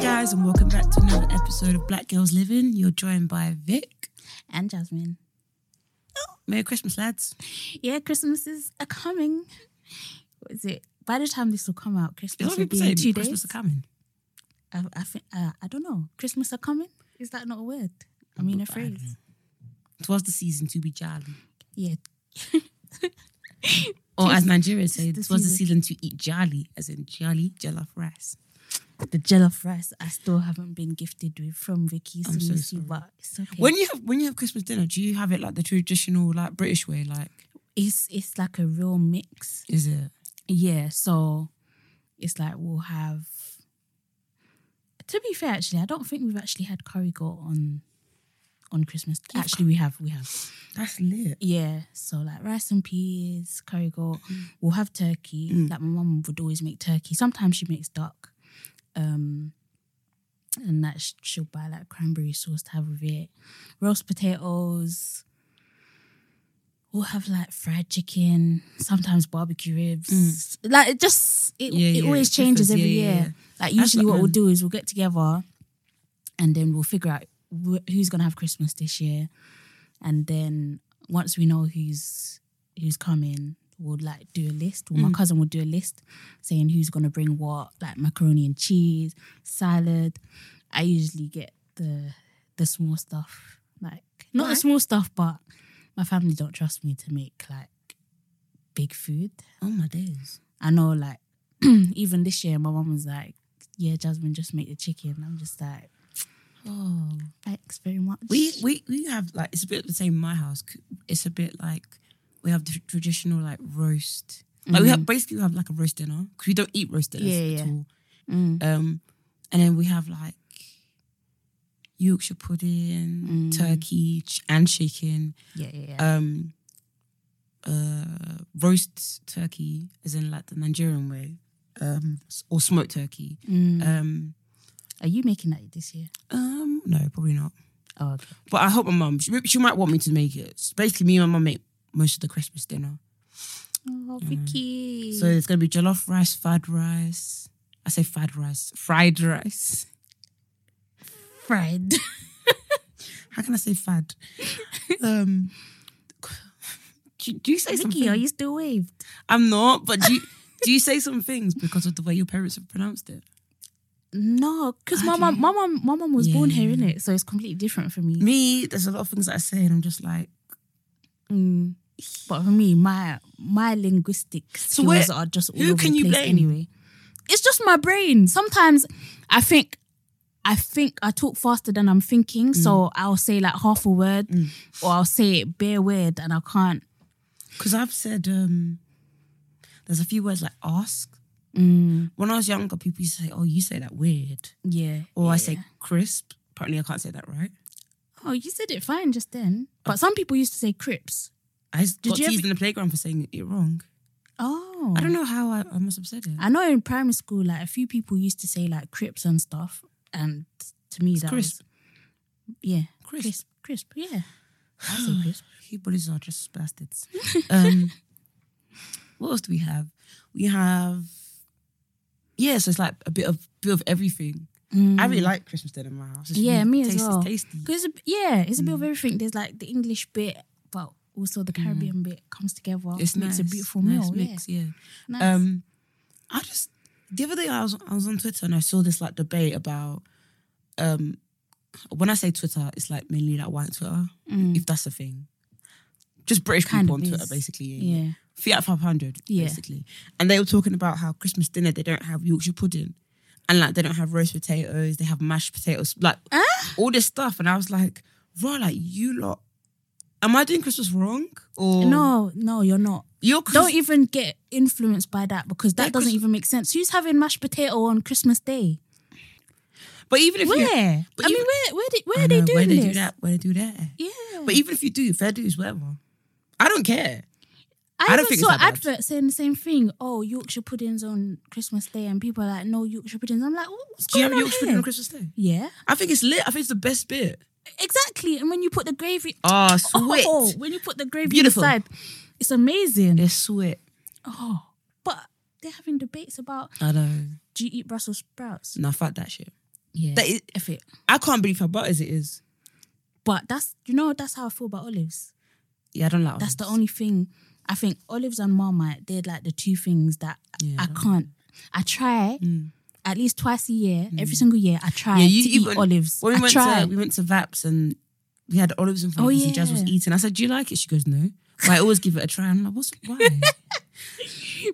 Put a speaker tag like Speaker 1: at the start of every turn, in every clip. Speaker 1: guys, and welcome back to another episode of Black Girls Living. You're joined by Vic.
Speaker 2: and Jasmine.
Speaker 1: Merry Christmas, lads.
Speaker 2: Yeah, Christmases are coming. What is it? By the time this will come out,
Speaker 1: A lot
Speaker 2: Christmas
Speaker 1: of
Speaker 2: will
Speaker 1: people
Speaker 2: be
Speaker 1: say
Speaker 2: in two
Speaker 1: Christmas
Speaker 2: days.
Speaker 1: are coming.
Speaker 2: I, I, think, uh, I don't know. Christmas are coming. Is that not a word? I mean, a
Speaker 1: But I don't
Speaker 2: phrase.
Speaker 1: know. Twas the season to be jolly.
Speaker 2: Yeah.
Speaker 1: Or as Nigerians say,
Speaker 2: the
Speaker 1: twas the season to eat jolly, as in jolly jollof rice.
Speaker 2: The jollof rice I still haven't been gifted with from Vicky
Speaker 1: I'm so
Speaker 2: Sunusi,
Speaker 1: sorry.
Speaker 2: but it's okay.
Speaker 1: When you have when you have Christmas dinner, do you have it like the traditional like British way? Like,
Speaker 2: it's it's like a real mix.
Speaker 1: is it?
Speaker 2: Yeah, so it's like we'll have. To be fair, actually, I don't think we've actually had curry goat on on Christmas. Actually, we have, we have.
Speaker 1: That's lit.
Speaker 2: Yeah, so like rice and peas, curry goat.
Speaker 1: Mm.
Speaker 2: We'll have turkey. Like my mum would always make turkey. Sometimes she makes duck, um, and that sh- she'll buy like cranberry sauce to have with it. Roast potatoes. We'll have like fried chicken. Sometimes barbecue ribs. Like it just it,
Speaker 1: Mm. Yeah,
Speaker 2: it
Speaker 1: yeah,
Speaker 2: always
Speaker 1: it
Speaker 2: changes
Speaker 1: differs.
Speaker 2: every
Speaker 1: Yeah, yeah,
Speaker 2: year.
Speaker 1: yeah.
Speaker 2: Like
Speaker 1: That's
Speaker 2: usually,
Speaker 1: what-
Speaker 2: what we'll
Speaker 1: mm.
Speaker 2: do is we'll get together, and then we'll figure out wh- who's gonna have Christmas this year and then once we know who's who's coming we'll like do a list
Speaker 1: Mm.
Speaker 2: well, my cousin will do a list saying who's going to bring what like macaroni and cheese salad i usually get the the small stuff like not
Speaker 1: Why?
Speaker 2: the small stuff but my family don't trust me to make like big food
Speaker 1: Oh my days.
Speaker 2: i know like even this year my mum was like yeah jasmine just make the chicken i'm just like
Speaker 1: Oh.
Speaker 2: thanks very much
Speaker 1: We we we have like it's a bit the same in my house. C- It's a bit like we have the traditional like roast. Like we have basically we have like a roast dinner because we don't eat roast dinners
Speaker 2: Mm. Yeah,
Speaker 1: at
Speaker 2: yeah.
Speaker 1: all.
Speaker 2: Mm.
Speaker 1: Um, and then we have like Yorkshire pudding,
Speaker 2: Mm.
Speaker 1: turkey ch- and chicken,
Speaker 2: yeah yeah yeah
Speaker 1: um, uh, roast turkey, as in like the Nigerian way, um, s- or smoked turkey.
Speaker 2: Mm.
Speaker 1: Um,
Speaker 2: are you making that this year
Speaker 1: um, no, probably not.
Speaker 2: oh okay
Speaker 1: But I hope my mum. She, she might want me to make it. It's basically, me and my mum make most of the Christmas dinner.
Speaker 2: Oh, Vicky.
Speaker 1: So it's gonna be jollof rice, fried rice. I say fried rice, fried rice.
Speaker 2: fried.
Speaker 1: How can I say fad? um, do, do you say something?
Speaker 2: Vicky, are you still waved?
Speaker 1: I'm not. But do you, do you say some things because of the way your parents have pronounced it?
Speaker 2: No, because
Speaker 1: I
Speaker 2: my mum,
Speaker 1: don't-
Speaker 2: my mum, my mum was born here,
Speaker 1: Yeah.
Speaker 2: innit? So it's completely different for me.
Speaker 1: Me, there's a lot of things that I say, and I'm just like,
Speaker 2: Mm. But for me, my my linguistic
Speaker 1: So
Speaker 2: skills
Speaker 1: where-
Speaker 2: are just all
Speaker 1: who
Speaker 2: over
Speaker 1: can
Speaker 2: the
Speaker 1: you
Speaker 2: place
Speaker 1: blame?
Speaker 2: anyway. It's just my brain. Sometimes I think I think I talk faster than I'm thinking,
Speaker 1: Mm.
Speaker 2: so I'll say like half a word, or I'll say it bare word, and I can't.
Speaker 1: because I've said um, there's a few words like ask.
Speaker 2: Mm,
Speaker 1: When I was younger, people used to say, "Oh, you say that weird,"
Speaker 2: yeah.
Speaker 1: or
Speaker 2: yeah,
Speaker 1: I
Speaker 2: yeah.
Speaker 1: say crisp. Apparently, I can't say that right.
Speaker 2: Oh, you said it fine just then. But some people used to say crips.
Speaker 1: I just
Speaker 2: Did
Speaker 1: got
Speaker 2: you
Speaker 1: teased
Speaker 2: ever-
Speaker 1: in the playground for saying it wrong.
Speaker 2: Oh.
Speaker 1: I don't know how I, I must have said it.
Speaker 2: I know in primary school, like a few people used to say like crips and stuff, and to me that
Speaker 1: Crisp.
Speaker 2: was yeah
Speaker 1: Crisp.
Speaker 2: crisp crisp yeah. I say crisp.
Speaker 1: You bullies are just bastards. um, what else do we have? We have yeah, so it's like a bit of bit of everything. I really like Christmas dinner in my house. It's
Speaker 2: Mm. Yeah,
Speaker 1: really
Speaker 2: me as
Speaker 1: tasty,
Speaker 2: well.
Speaker 1: It's tasty.
Speaker 2: Because yeah, it's a bit of
Speaker 1: Mm.
Speaker 2: everything. There's like the English bit, but also the Caribbean bit comes together.
Speaker 1: It's nice.
Speaker 2: makes a beautiful
Speaker 1: nice
Speaker 2: meal.
Speaker 1: Mix, yeah.
Speaker 2: Yeah, nice.
Speaker 1: Um, I just the other day I was I was on Twitter and I saw this like debate about um when I say Twitter, it's like mainly like white Twitter, if that's a thing. Just British
Speaker 2: Mm. Kind
Speaker 1: people
Speaker 2: of
Speaker 1: on Twitter,
Speaker 2: is.
Speaker 1: basically. Yeah. yeah.
Speaker 2: yeah.
Speaker 1: Fiat 500,
Speaker 2: Yeah.
Speaker 1: basically. And they were talking about how Christmas dinner they don't have Yorkshire pudding, and like they don't have roast potatoes, they have mashed potatoes, like all this stuff. And I was like, bro, like you lot, am I doing Christmas wrong or
Speaker 2: No, no, you're not.
Speaker 1: Your
Speaker 2: Don't
Speaker 1: Christmas,
Speaker 2: even get influenced by that because that
Speaker 1: Yeah,
Speaker 2: doesn't
Speaker 1: Christ-
Speaker 2: even make sense. Who's having mashed potato on Christmas Day?
Speaker 1: but even if
Speaker 2: Where?
Speaker 1: you
Speaker 2: I
Speaker 1: but
Speaker 2: mean,
Speaker 1: even-
Speaker 2: where where, did, where
Speaker 1: I
Speaker 2: are they
Speaker 1: know,
Speaker 2: doing
Speaker 1: where
Speaker 2: this?
Speaker 1: they do that, where they do that.
Speaker 2: Yeah.
Speaker 1: But even if you do, fair dues, whatever. I don't care.
Speaker 2: I,
Speaker 1: I don't
Speaker 2: even
Speaker 1: think it's
Speaker 2: saw
Speaker 1: that bad.
Speaker 2: adverts saying the same thing. Oh, Yorkshire puddings on Christmas Day, and people are like, "No Yorkshire puddings." I'm like, "What's
Speaker 1: Do you
Speaker 2: going
Speaker 1: have
Speaker 2: on
Speaker 1: Yorkshire
Speaker 2: here?"
Speaker 1: pudding on Christmas Day?
Speaker 2: yeah,
Speaker 1: I think it's lit. I think it's the best bit.
Speaker 2: exactly. And when you put the gravy,
Speaker 1: Oh, sweet.
Speaker 2: oh, when you put the gravy
Speaker 1: Beautiful.
Speaker 2: inside, it's amazing.
Speaker 1: It's sweet.
Speaker 2: Oh, but they're having debates about
Speaker 1: I know.
Speaker 2: do you eat Brussels sprouts?
Speaker 1: Nah, fuck that shit.
Speaker 2: Yeah.
Speaker 1: That is,
Speaker 2: F it.
Speaker 1: I can't believe how butter as it is.
Speaker 2: But that's you know that's how I feel about olives.
Speaker 1: Yeah, I don't like.
Speaker 2: That's the
Speaker 1: olives.
Speaker 2: only thing I think olives and Marmite. They're like the two things that
Speaker 1: Yeah,
Speaker 2: I
Speaker 1: don't-
Speaker 2: can't. I try
Speaker 1: Mm.
Speaker 2: at least twice a year, every single year. I try
Speaker 1: Yeah, you
Speaker 2: to eat
Speaker 1: even-
Speaker 2: olives.
Speaker 1: When we
Speaker 2: I
Speaker 1: went
Speaker 2: try.
Speaker 1: to we went to Vaps and we had olives in front
Speaker 2: Oh,
Speaker 1: of us and Jazz was
Speaker 2: yeah.
Speaker 1: eating. I said, "Do you like it?" She goes, "No." But I always give it a try. I'm like, "What's why?"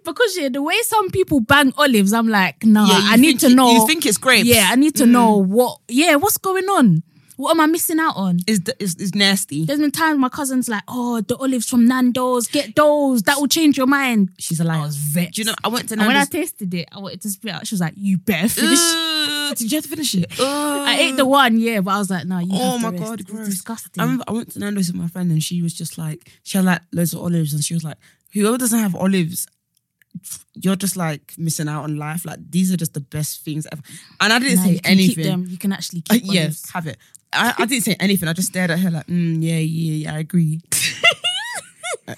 Speaker 2: because yeah, the way some people bang olives, I'm like, nah,
Speaker 1: Yeah, you
Speaker 2: Ah, I need
Speaker 1: think
Speaker 2: to
Speaker 1: it-
Speaker 2: know.
Speaker 1: You think it's grapes? Mm.
Speaker 2: yeah, I need to know what. Yeah, what's going on? What am I missing out on?
Speaker 1: Is is is nasty?
Speaker 2: There's been times my cousin's like, oh, the olives from Nando's, get those. That will change your mind.
Speaker 1: She's a liar.
Speaker 2: I was vexed.
Speaker 1: Oh, Do you know? I went to
Speaker 2: and when I
Speaker 1: Nando's.
Speaker 2: tasted it, I wanted to spit out. She was like, you better finish.
Speaker 1: Ooh, Did you have to finish it?
Speaker 2: I ate the one, yeah, but I was like, no, you
Speaker 1: Oh
Speaker 2: have
Speaker 1: my
Speaker 2: the rest.
Speaker 1: God,
Speaker 2: It's
Speaker 1: gross.
Speaker 2: disgusting.
Speaker 1: I remember I went to Nando's with my friend and she was just like, she had like loads of olives and she was like, whoever doesn't have olives, you're just like missing out on life. Like these are just the best things ever. And I didn't
Speaker 2: Nah,
Speaker 1: say
Speaker 2: you can
Speaker 1: anything.
Speaker 2: Keep them. You can actually
Speaker 1: Uh,
Speaker 2: keep
Speaker 1: yeah,
Speaker 2: olives.
Speaker 1: have it. I, I didn't say anything. I just stared at her like, mm, yeah, yeah, yeah, I agree. Uh,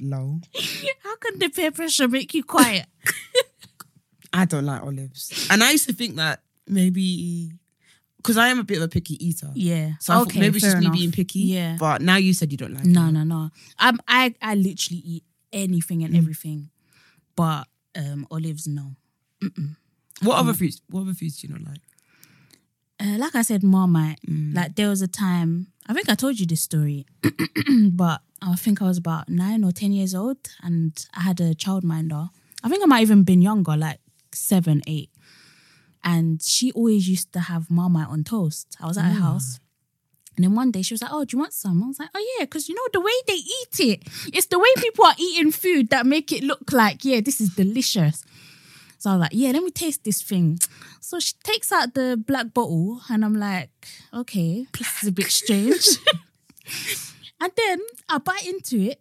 Speaker 1: Lol.
Speaker 2: How can the peer pressure make you quiet?
Speaker 1: I don't like olives. And I used to think that maybe, because I am a bit of a picky eater.
Speaker 2: yeah.
Speaker 1: So I thought maybe it's
Speaker 2: fair
Speaker 1: just me
Speaker 2: enough.
Speaker 1: being picky.
Speaker 2: Yeah.
Speaker 1: But now you said you don't like
Speaker 2: No,
Speaker 1: it.
Speaker 2: no, no. I'm, I I literally eat anything
Speaker 1: Mm.
Speaker 2: and everything, but um olives no.
Speaker 1: What
Speaker 2: Mm.
Speaker 1: other foods? What other foods do you not like?
Speaker 2: Uh, like I said, Marmite. Like there was a time I think I told you this story, but I think I was about nine or ten years old, and I had a childminder. I think I might even been younger, like seven, eight. And she always used to have Marmite on toast. I was at her house. And then one day she was like, Oh, do you want some? I was like, Oh, yeah, because you know the way they eat it, it's the way people are eating food that make it look like, yeah, this is delicious. So I was like, Yeah, let me taste this thing. So she takes out the black bottle, and I'm like, Okay, this is a bit strange. and then I bite into it,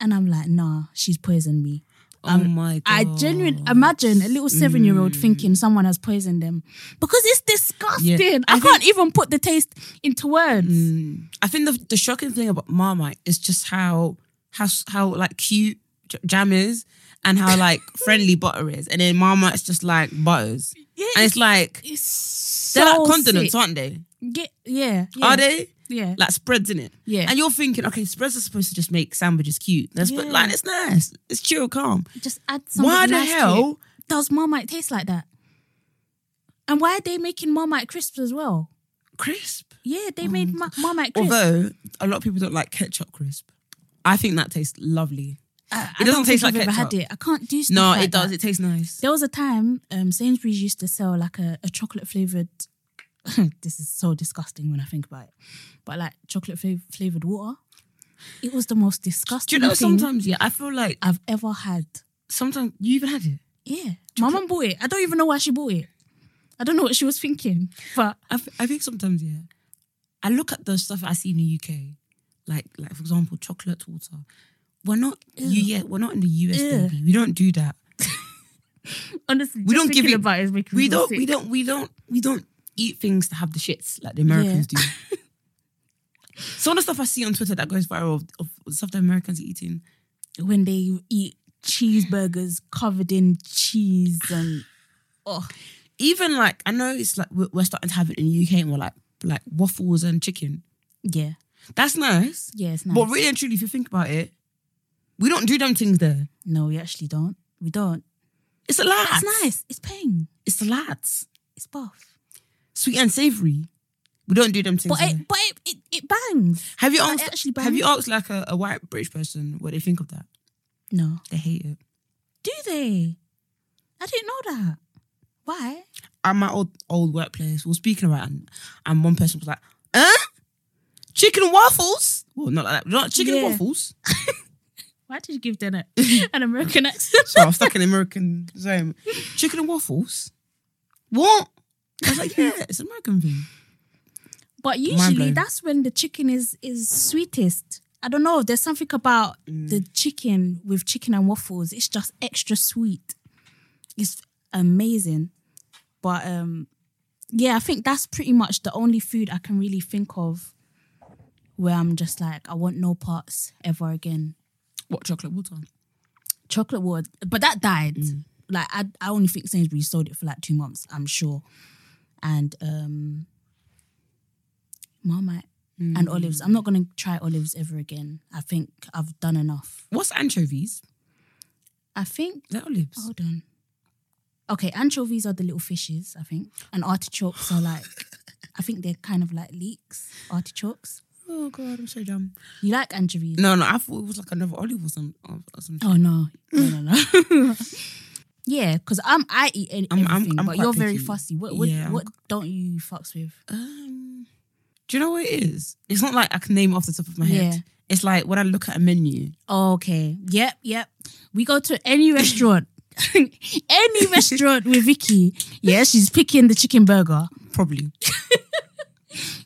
Speaker 2: and I'm like, Nah, she's poisoned me.
Speaker 1: oh Mm. my god!
Speaker 2: Um, I genuinely imagine a little seven year old thinking someone has poisoned them because it's disgusting. I, can't even put the taste into words.
Speaker 1: Mm. I think the, the shocking thing about Marmite is just how how how like cute J- Jam is and how like friendly butter is, and then Marmite's just like butters,
Speaker 2: Yeah,
Speaker 1: and it's like
Speaker 2: It's so
Speaker 1: they're like condiments,
Speaker 2: sick.
Speaker 1: aren't they?
Speaker 2: Ge- yeah, yeah.
Speaker 1: Are they?
Speaker 2: Yeah.
Speaker 1: Like spreads in it,
Speaker 2: Yeah.
Speaker 1: And you're thinking, okay, spreads are supposed to just make sandwiches cute. That's but
Speaker 2: Yeah.
Speaker 1: like it's nice, it's chill, calm.
Speaker 2: Just add something.
Speaker 1: Why the
Speaker 2: nice to it.
Speaker 1: hell?
Speaker 2: does Marmite taste like that? And why are they making Marmite crisps as well?
Speaker 1: Crisp.
Speaker 2: Yeah, they made Ma- Marmite crisps.
Speaker 1: Oh, Although a lot of people don't like ketchup crisp, I think that tastes lovely.
Speaker 2: I,
Speaker 1: it
Speaker 2: I
Speaker 1: doesn't
Speaker 2: don't
Speaker 1: taste like
Speaker 2: think I've ever had
Speaker 1: ketchup.
Speaker 2: it. I can't do stuff
Speaker 1: No,
Speaker 2: like
Speaker 1: it does.
Speaker 2: that.
Speaker 1: It tastes nice.
Speaker 2: There was a time um, Sainsbury's used to sell like a, a chocolate flavored. this is so disgusting when I think about it, but like chocolate flav- flavored water. It was the most
Speaker 1: Do
Speaker 2: disgusting
Speaker 1: you know
Speaker 2: thing
Speaker 1: sometimes, yeah, I feel like uh,
Speaker 2: I've ever had.
Speaker 1: sometimes you even had it.
Speaker 2: Yeah, my mum bought it. I don't even know why she bought it. I don't know what she was thinking, but
Speaker 1: I, th- I think sometimes, yeah. I look at the stuff I see in the UK, like like for example, chocolate water. We're not you yet. We're not in the US,
Speaker 2: Ew.
Speaker 1: baby. We don't do that.
Speaker 2: honestly,
Speaker 1: We
Speaker 2: just
Speaker 1: don't give
Speaker 2: thinking
Speaker 1: it-
Speaker 2: about it is making me
Speaker 1: We
Speaker 2: feel
Speaker 1: don't.
Speaker 2: sick.
Speaker 1: We don't. We don't. We don't eat things to have the shits like the Americans do. Some of the stuff I see on Twitter that goes viral of, of stuff the Americans are eating.
Speaker 2: when they eat cheeseburgers covered in cheese and oh
Speaker 1: Even like I know it's like we're, we're starting to have it in the UK and we're like like waffles and chicken.
Speaker 2: yeah,
Speaker 1: That's nice.
Speaker 2: yeah, it's nice.
Speaker 1: But really and truly, if you think about it, we don't do them things there.
Speaker 2: no, we actually don't. We don't.
Speaker 1: It's a lot.
Speaker 2: It's nice. It's pain.
Speaker 1: It's a lot.
Speaker 2: It's buff.
Speaker 1: Sweet and savory. We don't do them things.
Speaker 2: But
Speaker 1: there.
Speaker 2: it, but it, it, it bangs.
Speaker 1: have you
Speaker 2: but
Speaker 1: asked?
Speaker 2: it actually
Speaker 1: have you asked
Speaker 2: bangs.
Speaker 1: like a, a white British person what they think of that?
Speaker 2: No,
Speaker 1: They hate it.
Speaker 2: do they? I didn't know that. Why?
Speaker 1: At my old old workplace, we were speaking about, it and, and one person was like, "Huh? Chicken and waffles? Well, not like that. Not chicken and
Speaker 2: Yeah.
Speaker 1: waffles."
Speaker 2: Why did you give them a, an American accent?
Speaker 1: So I was stuck in the American zone. Chicken and waffles? What? I was like, "Yeah, it's an American thing."
Speaker 2: But usually
Speaker 1: Mind-blowing.
Speaker 2: that's when the chicken is is sweetest. I don't know. There's something about the chicken with chicken and waffles. It's just extra sweet. It's amazing. But um yeah, I think that's pretty much the only food I can really think of where I'm just like, I want no parts ever again.
Speaker 1: What chocolate water?
Speaker 2: Chocolate Mm. water, but that died. Like I, I only think Sainsbury's sold it for like two months. I'm sure. and um, Marmite and olives. I'm not gonna try olives ever again. I think I've done enough.
Speaker 1: What's anchovies?
Speaker 2: I think.
Speaker 1: Is that olives?
Speaker 2: Hold on. Okay, anchovies are the little fishes. I think, and artichokes are like. I think they're kind of like leeks, artichokes.
Speaker 1: Oh god, I'm so dumb.
Speaker 2: You like anchovies?
Speaker 1: No, no, I thought it was like another olive or some or, or some.
Speaker 2: Oh no, no, no, no. yeah, because I'm I eat any,
Speaker 1: I'm- I'm-
Speaker 2: everything,
Speaker 1: I'm
Speaker 2: but
Speaker 1: quite
Speaker 2: you're very
Speaker 1: picky.
Speaker 2: fussy. What what,
Speaker 1: Yeah, I'm
Speaker 2: what don't you fucks with?
Speaker 1: Um, do you know what it is? It's not like I can name off the top of my
Speaker 2: Yeah.
Speaker 1: head. It's like when I look at a menu,
Speaker 2: Okay. Yep. Yep. We go to any restaurant. any restaurant with Vicky. Yeah, she's picking the chicken burger.
Speaker 1: probably,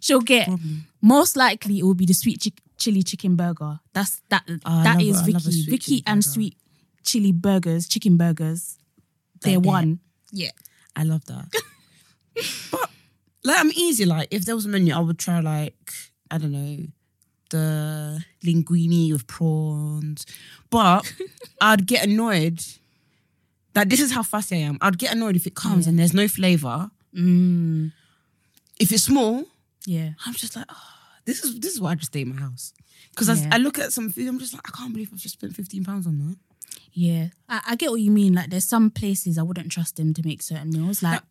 Speaker 2: She'll get
Speaker 1: probably.
Speaker 2: most likely it will be the sweet chick- chili chicken burger. That's that
Speaker 1: I
Speaker 2: that
Speaker 1: love
Speaker 2: is
Speaker 1: it. I love a Ah,
Speaker 2: Vicky.
Speaker 1: sweet
Speaker 2: Vicky
Speaker 1: chili
Speaker 2: and
Speaker 1: burger.
Speaker 2: sweet chili burgers, chicken burgers. They're,
Speaker 1: They're-
Speaker 2: one. Yeah.
Speaker 1: I love that. but like, I'm easy. Like, if there was a menu, I would try like I don't know the linguine with prawns. But I'd get annoyed. That this is how fussy I am. I'd get annoyed if it comes and there's no flavor.
Speaker 2: Mm,
Speaker 1: If it's small,
Speaker 2: yeah.
Speaker 1: I'm just like, oh, this is this is why I just stay in my house. Because
Speaker 2: Yeah.
Speaker 1: I, look at some food, I'm just like, I can't believe I've just spent 15 pounds on that.
Speaker 2: Yeah, I, I get what you mean. Like, there's some places I wouldn't trust them to make certain meals. Like,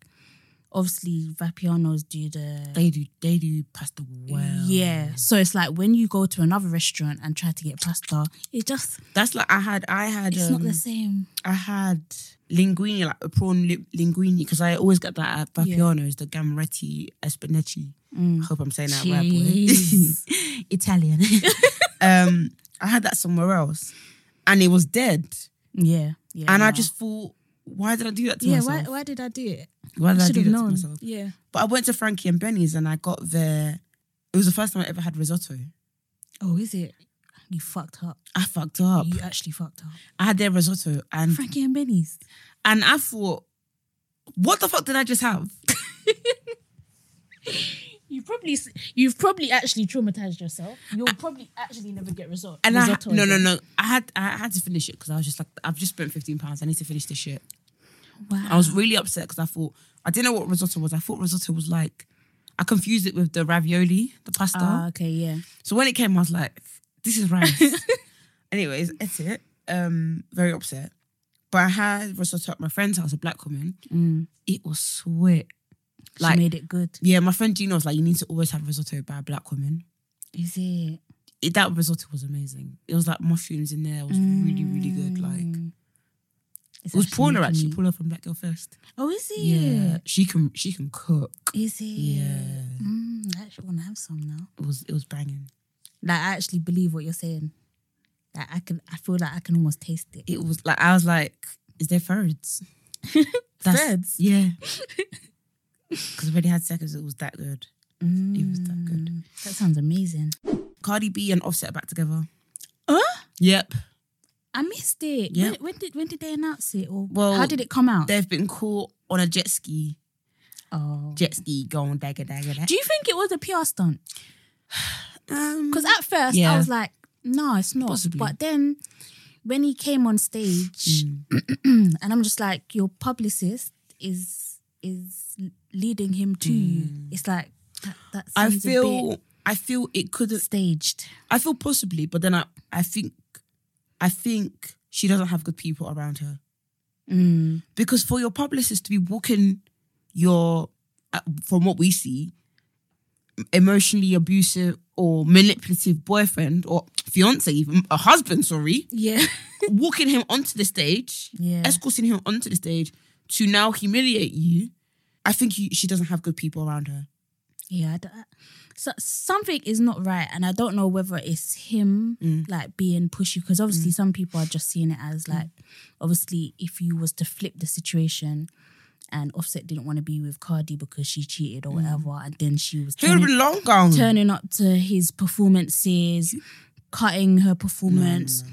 Speaker 2: obviously, Vapiano's do the.
Speaker 1: They do they do pasta well.
Speaker 2: Yeah, so it's like when you go to another restaurant and try to get pasta, it just
Speaker 1: That's like I had I had
Speaker 2: it's not
Speaker 1: um,
Speaker 2: the same.
Speaker 1: I had linguine, like a prawn li- linguine, because I always get that at Papiano's, the gamretti espanetti. I hope I'm saying that
Speaker 2: Mm. Jeez.
Speaker 1: right, boy. Italian. um, I had that somewhere else, and it was dead.
Speaker 2: Yeah, yeah.
Speaker 1: And I
Speaker 2: no.
Speaker 1: just thought, why did I do that to
Speaker 2: yeah. Why,
Speaker 1: myself?
Speaker 2: why did I do it?
Speaker 1: why did I,
Speaker 2: I should
Speaker 1: do
Speaker 2: have
Speaker 1: that
Speaker 2: known.
Speaker 1: to myself?
Speaker 2: Yeah.
Speaker 1: But I went to Frankie and Benny's and I got their. It was the first time I ever had risotto.
Speaker 2: Oh, is it? You fucked up.
Speaker 1: I fucked up.
Speaker 2: You actually fucked up.
Speaker 1: I had their risotto and
Speaker 2: Frankie and Benny's.
Speaker 1: and I thought, what the fuck did I just have?
Speaker 2: You probably s- you've probably actually traumatized yourself. You'll probably actually never get result.
Speaker 1: And I
Speaker 2: risotto
Speaker 1: no no
Speaker 2: again.
Speaker 1: no. I had I had to finish it because I was just like I've just spent fifteen pounds. I need to finish this shit.
Speaker 2: Wow.
Speaker 1: I was really upset because I thought I didn't know what risotto was. I thought risotto was like I confused it with the ravioli, the pasta.
Speaker 2: Ah, okay. Yeah.
Speaker 1: So when it came, I was like, this is rice. Anyways, that's it. Um, very upset. But I had risotto at my friend's house, a black woman.
Speaker 2: Mm.
Speaker 1: It was sweet. Like,
Speaker 2: she made it good.
Speaker 1: yeah, my friend Gina was like, you need to always have risotto by a black woman.
Speaker 2: Is it?
Speaker 1: It, that risotto was amazing. It was like mushrooms in there. It was really, really good. Like,
Speaker 2: Mm. It's
Speaker 1: it was
Speaker 2: actually
Speaker 1: Paula
Speaker 2: making
Speaker 1: actually.
Speaker 2: me-
Speaker 1: Paula from Black Girl First.
Speaker 2: Oh, is it?
Speaker 1: Yeah, she can she can cook.
Speaker 2: Is it?
Speaker 1: Yeah,
Speaker 2: Mm, I actually want to have some now.
Speaker 1: it was it was banging.
Speaker 2: Like I actually believe what you're saying. Like I can, I feel like I can almost taste it.
Speaker 1: It was like I was like, is there thirds? That's-
Speaker 2: Thirds?
Speaker 1: Yeah. Because already had seconds, it was that good. It was that good.
Speaker 2: That sounds amazing.
Speaker 1: Cardi B and Offset are back together. Yep.
Speaker 2: I missed it.
Speaker 1: Yeah.
Speaker 2: When, when did when did they announce it? Or
Speaker 1: Well,
Speaker 2: how did it come out?
Speaker 1: They've been caught on a jet ski.
Speaker 2: Oh.
Speaker 1: Jet ski going dagger dagger dagger.
Speaker 2: Do you think it was a PR stunt?
Speaker 1: Um,
Speaker 2: Because at first I
Speaker 1: Yeah.
Speaker 2: was like, no, it's not.
Speaker 1: Possibly.
Speaker 2: But then when he came on stage,
Speaker 1: Mm.
Speaker 2: and I'm just like, your publicist is is leading him to you. It's like that, that
Speaker 1: Mm. I
Speaker 2: seems a
Speaker 1: feel I feel it could
Speaker 2: bit
Speaker 1: have
Speaker 2: staged.
Speaker 1: I feel possibly, but then I I think I think she doesn't have good people around her.
Speaker 2: Mm.
Speaker 1: Because for your publicist to be walking your, uh, from what we see, emotionally abusive or manipulative boyfriend or fiance, even a husband, sorry,
Speaker 2: Yeah.
Speaker 1: walking him onto the stage,
Speaker 2: Yeah.
Speaker 1: escorting him onto the stage to now humiliate you, I think you, she doesn't have good people around her.
Speaker 2: Yeah, I d- I- so, something is not right, and I don't know whether it's him
Speaker 1: Mm.
Speaker 2: like being pushy because obviously some people are just seeing it as like, obviously if you was to flip the situation, and Offset didn't want to be with Cardi because she cheated or whatever, and then she was
Speaker 1: It would have
Speaker 2: turning,
Speaker 1: Mm. been long gone.
Speaker 2: turning up to his performances, cutting her performance,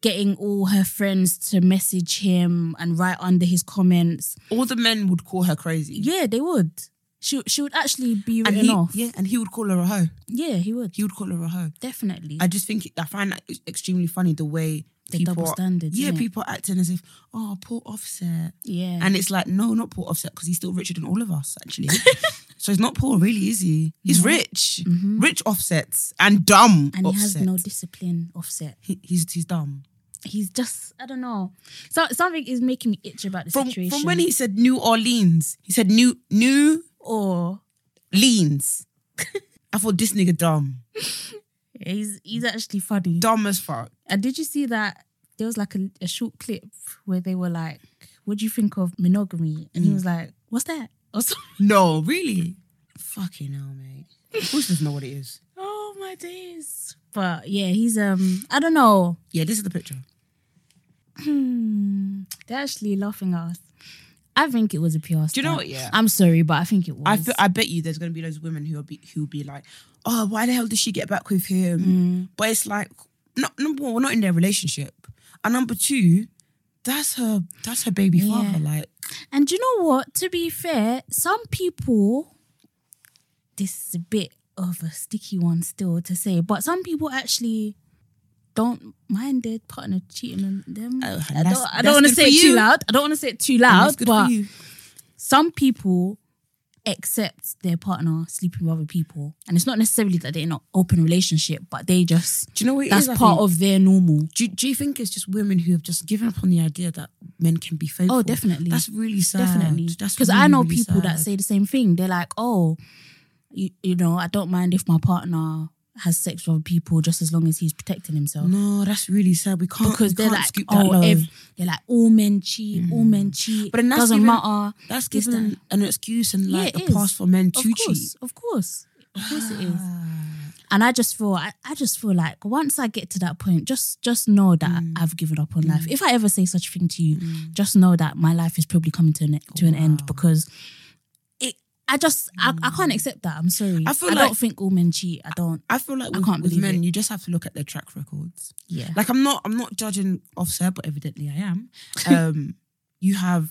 Speaker 2: getting all her friends to message him and write under his comments.
Speaker 1: All the men would call her crazy.
Speaker 2: Yeah, they would. She she would actually be
Speaker 1: And
Speaker 2: written
Speaker 1: he,
Speaker 2: off.
Speaker 1: yeah, and he would call her a hoe.
Speaker 2: yeah, he would.
Speaker 1: He would call her a hoe.
Speaker 2: Definitely.
Speaker 1: I just think I find that extremely funny the way
Speaker 2: The
Speaker 1: people
Speaker 2: double
Speaker 1: are-
Speaker 2: standards,
Speaker 1: Yeah,
Speaker 2: innit?
Speaker 1: people are acting as if oh poor Offset,
Speaker 2: Yeah.
Speaker 1: and it's like no, not poor Offset because he's still richer than all of us actually. so he's not poor really, is he? He's rich, rich Offsets and dumb.
Speaker 2: Mm-hmm. and he has
Speaker 1: Offset.
Speaker 2: no discipline offset.
Speaker 1: He- he's he's dumb.
Speaker 2: He's just I don't know. So something is making me itch about the
Speaker 1: From
Speaker 2: situation.
Speaker 1: from when he said New Orleans, he said New New
Speaker 2: or
Speaker 1: Leans. I thought this nigga dumb,
Speaker 2: he's he's actually funny.
Speaker 1: dumb as fuck.
Speaker 2: And did you see that there was like a, a short clip where they were like, "What do you think of monogamy?" And
Speaker 1: Mm.
Speaker 2: he was like, "What's that?" Or something.
Speaker 1: No, really. Fucking hell, mate. Bush doesn't know what it is.
Speaker 2: Oh my days! But yeah, he's um I don't know.
Speaker 1: Yeah, this is the picture.
Speaker 2: Hmm. They're actually laughing at us. I think it was a PR.
Speaker 1: you know
Speaker 2: stunt.
Speaker 1: what, yeah.
Speaker 2: I'm sorry, but I think it was.
Speaker 1: I feel, I bet you there's gonna be those women who'll be who'll be like, oh, why the hell did she get back with
Speaker 2: Mm.
Speaker 1: him? But it's like, no, number one, we're not in their relationship, and number two, that's her that's her baby father. Like,
Speaker 2: And do you know what? To be fair, some people, this is a bit of a sticky one still to say, but some people actually don't mind their partner cheating on them.
Speaker 1: Oh, and
Speaker 2: I
Speaker 1: that's-
Speaker 2: don't, I
Speaker 1: that's
Speaker 2: don't want to
Speaker 1: good
Speaker 2: say
Speaker 1: for
Speaker 2: it
Speaker 1: you.
Speaker 2: too loud. I don't want to say it too
Speaker 1: and
Speaker 2: loud,
Speaker 1: that's good
Speaker 2: Ah, but
Speaker 1: for you.
Speaker 2: some people accept their partner sleeping with other people. And it's not necessarily that they're in an open relationship, but they just,
Speaker 1: Do you know what it
Speaker 2: that's
Speaker 1: is, I
Speaker 2: part
Speaker 1: think?
Speaker 2: of their normal.
Speaker 1: Do, do you think it's just women who have just given up on the idea that men can be faithful?
Speaker 2: Oh, definitely.
Speaker 1: That's really sad.
Speaker 2: definitely
Speaker 1: That's
Speaker 2: because I
Speaker 1: really,
Speaker 2: know
Speaker 1: really
Speaker 2: people that
Speaker 1: sad.
Speaker 2: say the same thing. They're like, oh, you, you know, I don't mind if my partner has sex with other people just as long as he's protecting himself.
Speaker 1: no, that's really sad. We can't
Speaker 2: Because
Speaker 1: we
Speaker 2: they're
Speaker 1: can't
Speaker 2: like,
Speaker 1: scoop that
Speaker 2: oh,
Speaker 1: low. Mm.
Speaker 2: if they're like, all men cheat, all men cheat,
Speaker 1: But
Speaker 2: but
Speaker 1: then
Speaker 2: it
Speaker 1: that's
Speaker 2: doesn't
Speaker 1: even-
Speaker 2: matter.
Speaker 1: That's
Speaker 2: This,
Speaker 1: given
Speaker 2: that.
Speaker 1: an excuse and like
Speaker 2: Yeah, it
Speaker 1: a pass
Speaker 2: is.
Speaker 1: for men
Speaker 2: Of
Speaker 1: to
Speaker 2: course,
Speaker 1: cheat.
Speaker 2: of course, of course, it is.
Speaker 1: Ah.
Speaker 2: And I just feel, I, I just feel like once I get to that point, just just know that
Speaker 1: Mm.
Speaker 2: I've given up on life. If I ever say such a thing to you, just know that my life is probably coming to an to an end because it. I just I, I can't accept that. I'm sorry.
Speaker 1: Mm. I feel
Speaker 2: don't
Speaker 1: like-
Speaker 2: think all men cheat. I don't.
Speaker 1: I feel like
Speaker 2: I
Speaker 1: with,
Speaker 2: can't
Speaker 1: with
Speaker 2: believe
Speaker 1: men,
Speaker 2: it.
Speaker 1: you just have to look at their track records.
Speaker 2: Yeah.
Speaker 1: Like I'm not, I'm not judging Offset, but evidently I am. Um, you have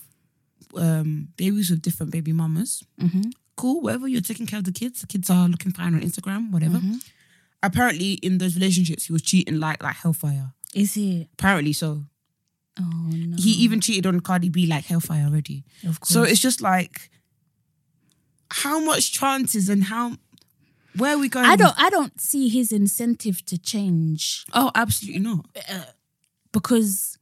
Speaker 1: um, babies with different baby mamas.
Speaker 2: mm-hmm.
Speaker 1: Cool, whatever. You're taking care of the kids. The kids are looking fine on Instagram, whatever.
Speaker 2: Mm-hmm.
Speaker 1: Apparently, in those relationships, he was cheating like like hellfire.
Speaker 2: Is it?
Speaker 1: Apparently, so
Speaker 2: Oh no.
Speaker 1: he even cheated on Cardi B like hellfire already.
Speaker 2: Of course.
Speaker 1: So it's just like, how much chances and how, where are we going?
Speaker 2: I don't. I don't see his incentive to change
Speaker 1: Oh, absolutely not.
Speaker 2: because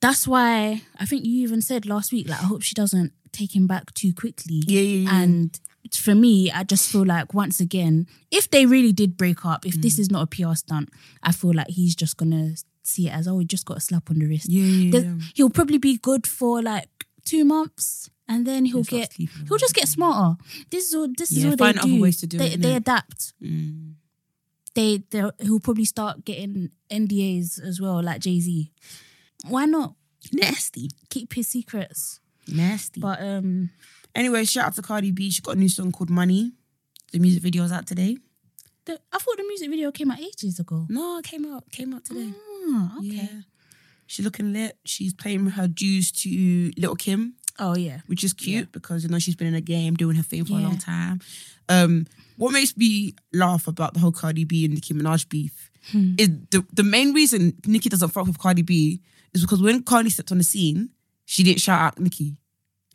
Speaker 2: that's why I think you even said last week, like, I hope she doesn't take him back too quickly.
Speaker 1: Yeah, yeah, yeah.
Speaker 2: And for me, I just feel like once again, if they really did break up, if
Speaker 1: Mm.
Speaker 2: this is not a PR stunt, I feel like he's just gonna see it as oh, we just got a slap on the wrist.
Speaker 1: Yeah, yeah,
Speaker 2: There's-
Speaker 1: yeah.
Speaker 2: He'll probably be good for like two months, and then he'll
Speaker 1: start
Speaker 2: get
Speaker 1: sleeping.
Speaker 2: he'll just get smarter. This is all. This
Speaker 1: Yeah,
Speaker 2: is all they
Speaker 1: find
Speaker 2: do.
Speaker 1: other ways to do
Speaker 2: they,
Speaker 1: it,
Speaker 2: they
Speaker 1: innit?
Speaker 2: adapt.
Speaker 1: Mm.
Speaker 2: They they he'll probably start getting NDAs as well, like Jay Z. Why not
Speaker 1: Nasty.
Speaker 2: keep his secrets?
Speaker 1: Nasty.
Speaker 2: But um,
Speaker 1: anyway, shout out to Cardi B. She got a new song called Money. The music video is out today.
Speaker 2: the, I thought the music video came out ages ago.
Speaker 1: No, it came out. Came out today.
Speaker 2: Oh, okay.
Speaker 1: Mm. Yeah. She's looking lit. She's paying her dues to Little Kim,
Speaker 2: Oh yeah.
Speaker 1: which is cute because you know she's been in the game doing her thing for a
Speaker 2: Yeah.
Speaker 1: long time. Um, what makes me laugh about the whole Cardi B and Nicki Minaj beef
Speaker 2: Hmm.
Speaker 1: is the the main reason Nicki doesn't fuck with Cardi B is because when Cardi stepped on the scene, she didn't shout out Nicki.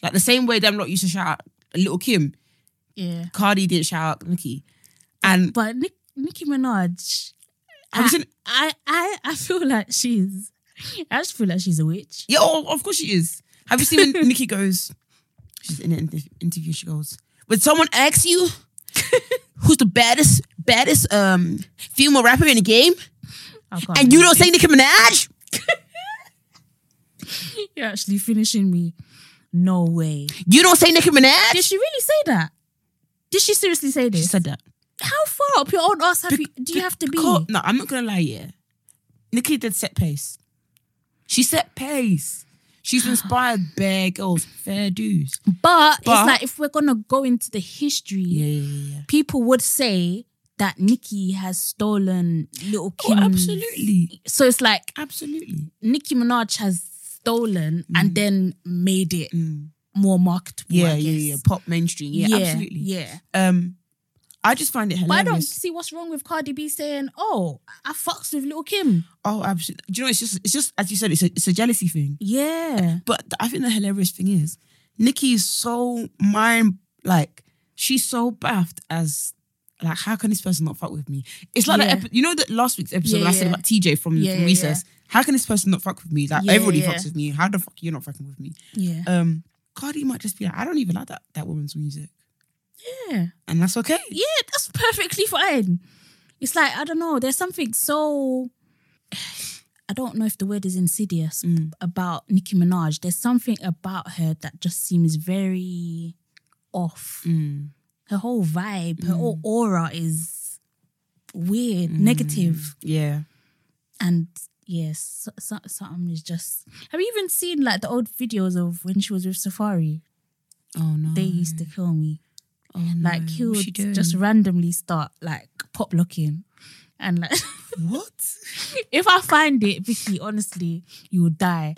Speaker 1: Like the same way them lot used to shout out Little Kim.
Speaker 2: Yeah.
Speaker 1: Cardi didn't shout out Nicki. And
Speaker 2: But Nick, Nicki Minaj,
Speaker 1: have you
Speaker 2: I,
Speaker 1: seen?
Speaker 2: I, I, I feel like she's, I just feel like she's a witch.
Speaker 1: Yeah, oh, of course she is. Have you seen when Nicki goes? She's in an inter- interview. She goes, "When someone asks you who's the baddest, baddest um female rapper in the game,
Speaker 2: I can't
Speaker 1: and you don't say Nicki Minaj,
Speaker 2: believe You're actually finishing me. No way.
Speaker 1: you don't say Nicki Minaj."
Speaker 2: Did she really say that? Did she seriously say
Speaker 1: She
Speaker 2: this?
Speaker 1: said that.
Speaker 2: How far up your own ass have you, do you have to be?
Speaker 1: Because- No, I'm not gonna lie. Yeah, Nicki did set pace. She set pace. She's inspired bare girls, fair dues.
Speaker 2: But, it's
Speaker 1: But-
Speaker 2: like if we're gonna go into the history,
Speaker 1: Yeah, yeah, yeah. yeah.
Speaker 2: people would say that Nicki has stolen Little
Speaker 1: Oh,
Speaker 2: Kim.
Speaker 1: absolutely,
Speaker 2: So it's like
Speaker 1: absolutely.
Speaker 2: Nicki Minaj has stolen and then made it
Speaker 1: Mm.
Speaker 2: more marketable. I
Speaker 1: Yeah,
Speaker 2: guess.
Speaker 1: yeah, yeah. Pop mainstream. Yeah, absolutely.
Speaker 2: Yeah.
Speaker 1: Um, I just find it
Speaker 2: But I
Speaker 1: hilarious.
Speaker 2: don't see what's wrong with Cardi B saying, "Oh, I fucks with Little Kim."
Speaker 1: Oh, absolutely. Do you know? It's just, it's just as you said. It's a, it's a jealousy thing.
Speaker 2: Yeah,
Speaker 1: But I think the hilarious thing is Nikki is so mind like she's so baffed as like how can this person not fuck with me? It's like
Speaker 2: Yeah.
Speaker 1: that epi- you know that last week's episode
Speaker 2: Yeah,
Speaker 1: when I said
Speaker 2: yeah.
Speaker 1: about TJ from,
Speaker 2: Yeah,
Speaker 1: from
Speaker 2: yeah,
Speaker 1: recess. How can this person not fuck with me? Like
Speaker 2: Yeah,
Speaker 1: everybody
Speaker 2: yeah.
Speaker 1: fucks with me. How the fuck you're not fucking with me?
Speaker 2: yeah,
Speaker 1: Um, Cardi might just be like, I don't even like that that woman's music,
Speaker 2: yeah.
Speaker 1: and that's okay.
Speaker 2: Yeah, that's perfectly fine. It's like, I don't know, there's something so. I don't know if the word is insidious
Speaker 1: Mm.
Speaker 2: about Nicki Minaj. There's something about her that just seems very off.
Speaker 1: Mm.
Speaker 2: Her whole vibe, her whole aura is weird,
Speaker 1: Mm.
Speaker 2: negative,
Speaker 1: Yeah.
Speaker 2: and yes, so, so- something is just. Have you even seen like the old videos of when she was with Safari?
Speaker 1: Oh no.
Speaker 2: They used to kill me
Speaker 1: oh,
Speaker 2: like he
Speaker 1: no. What's
Speaker 2: would
Speaker 1: she doing?
Speaker 2: just randomly start like pop locking and like
Speaker 1: what?
Speaker 2: if I find it, Vicky, honestly, you'll die.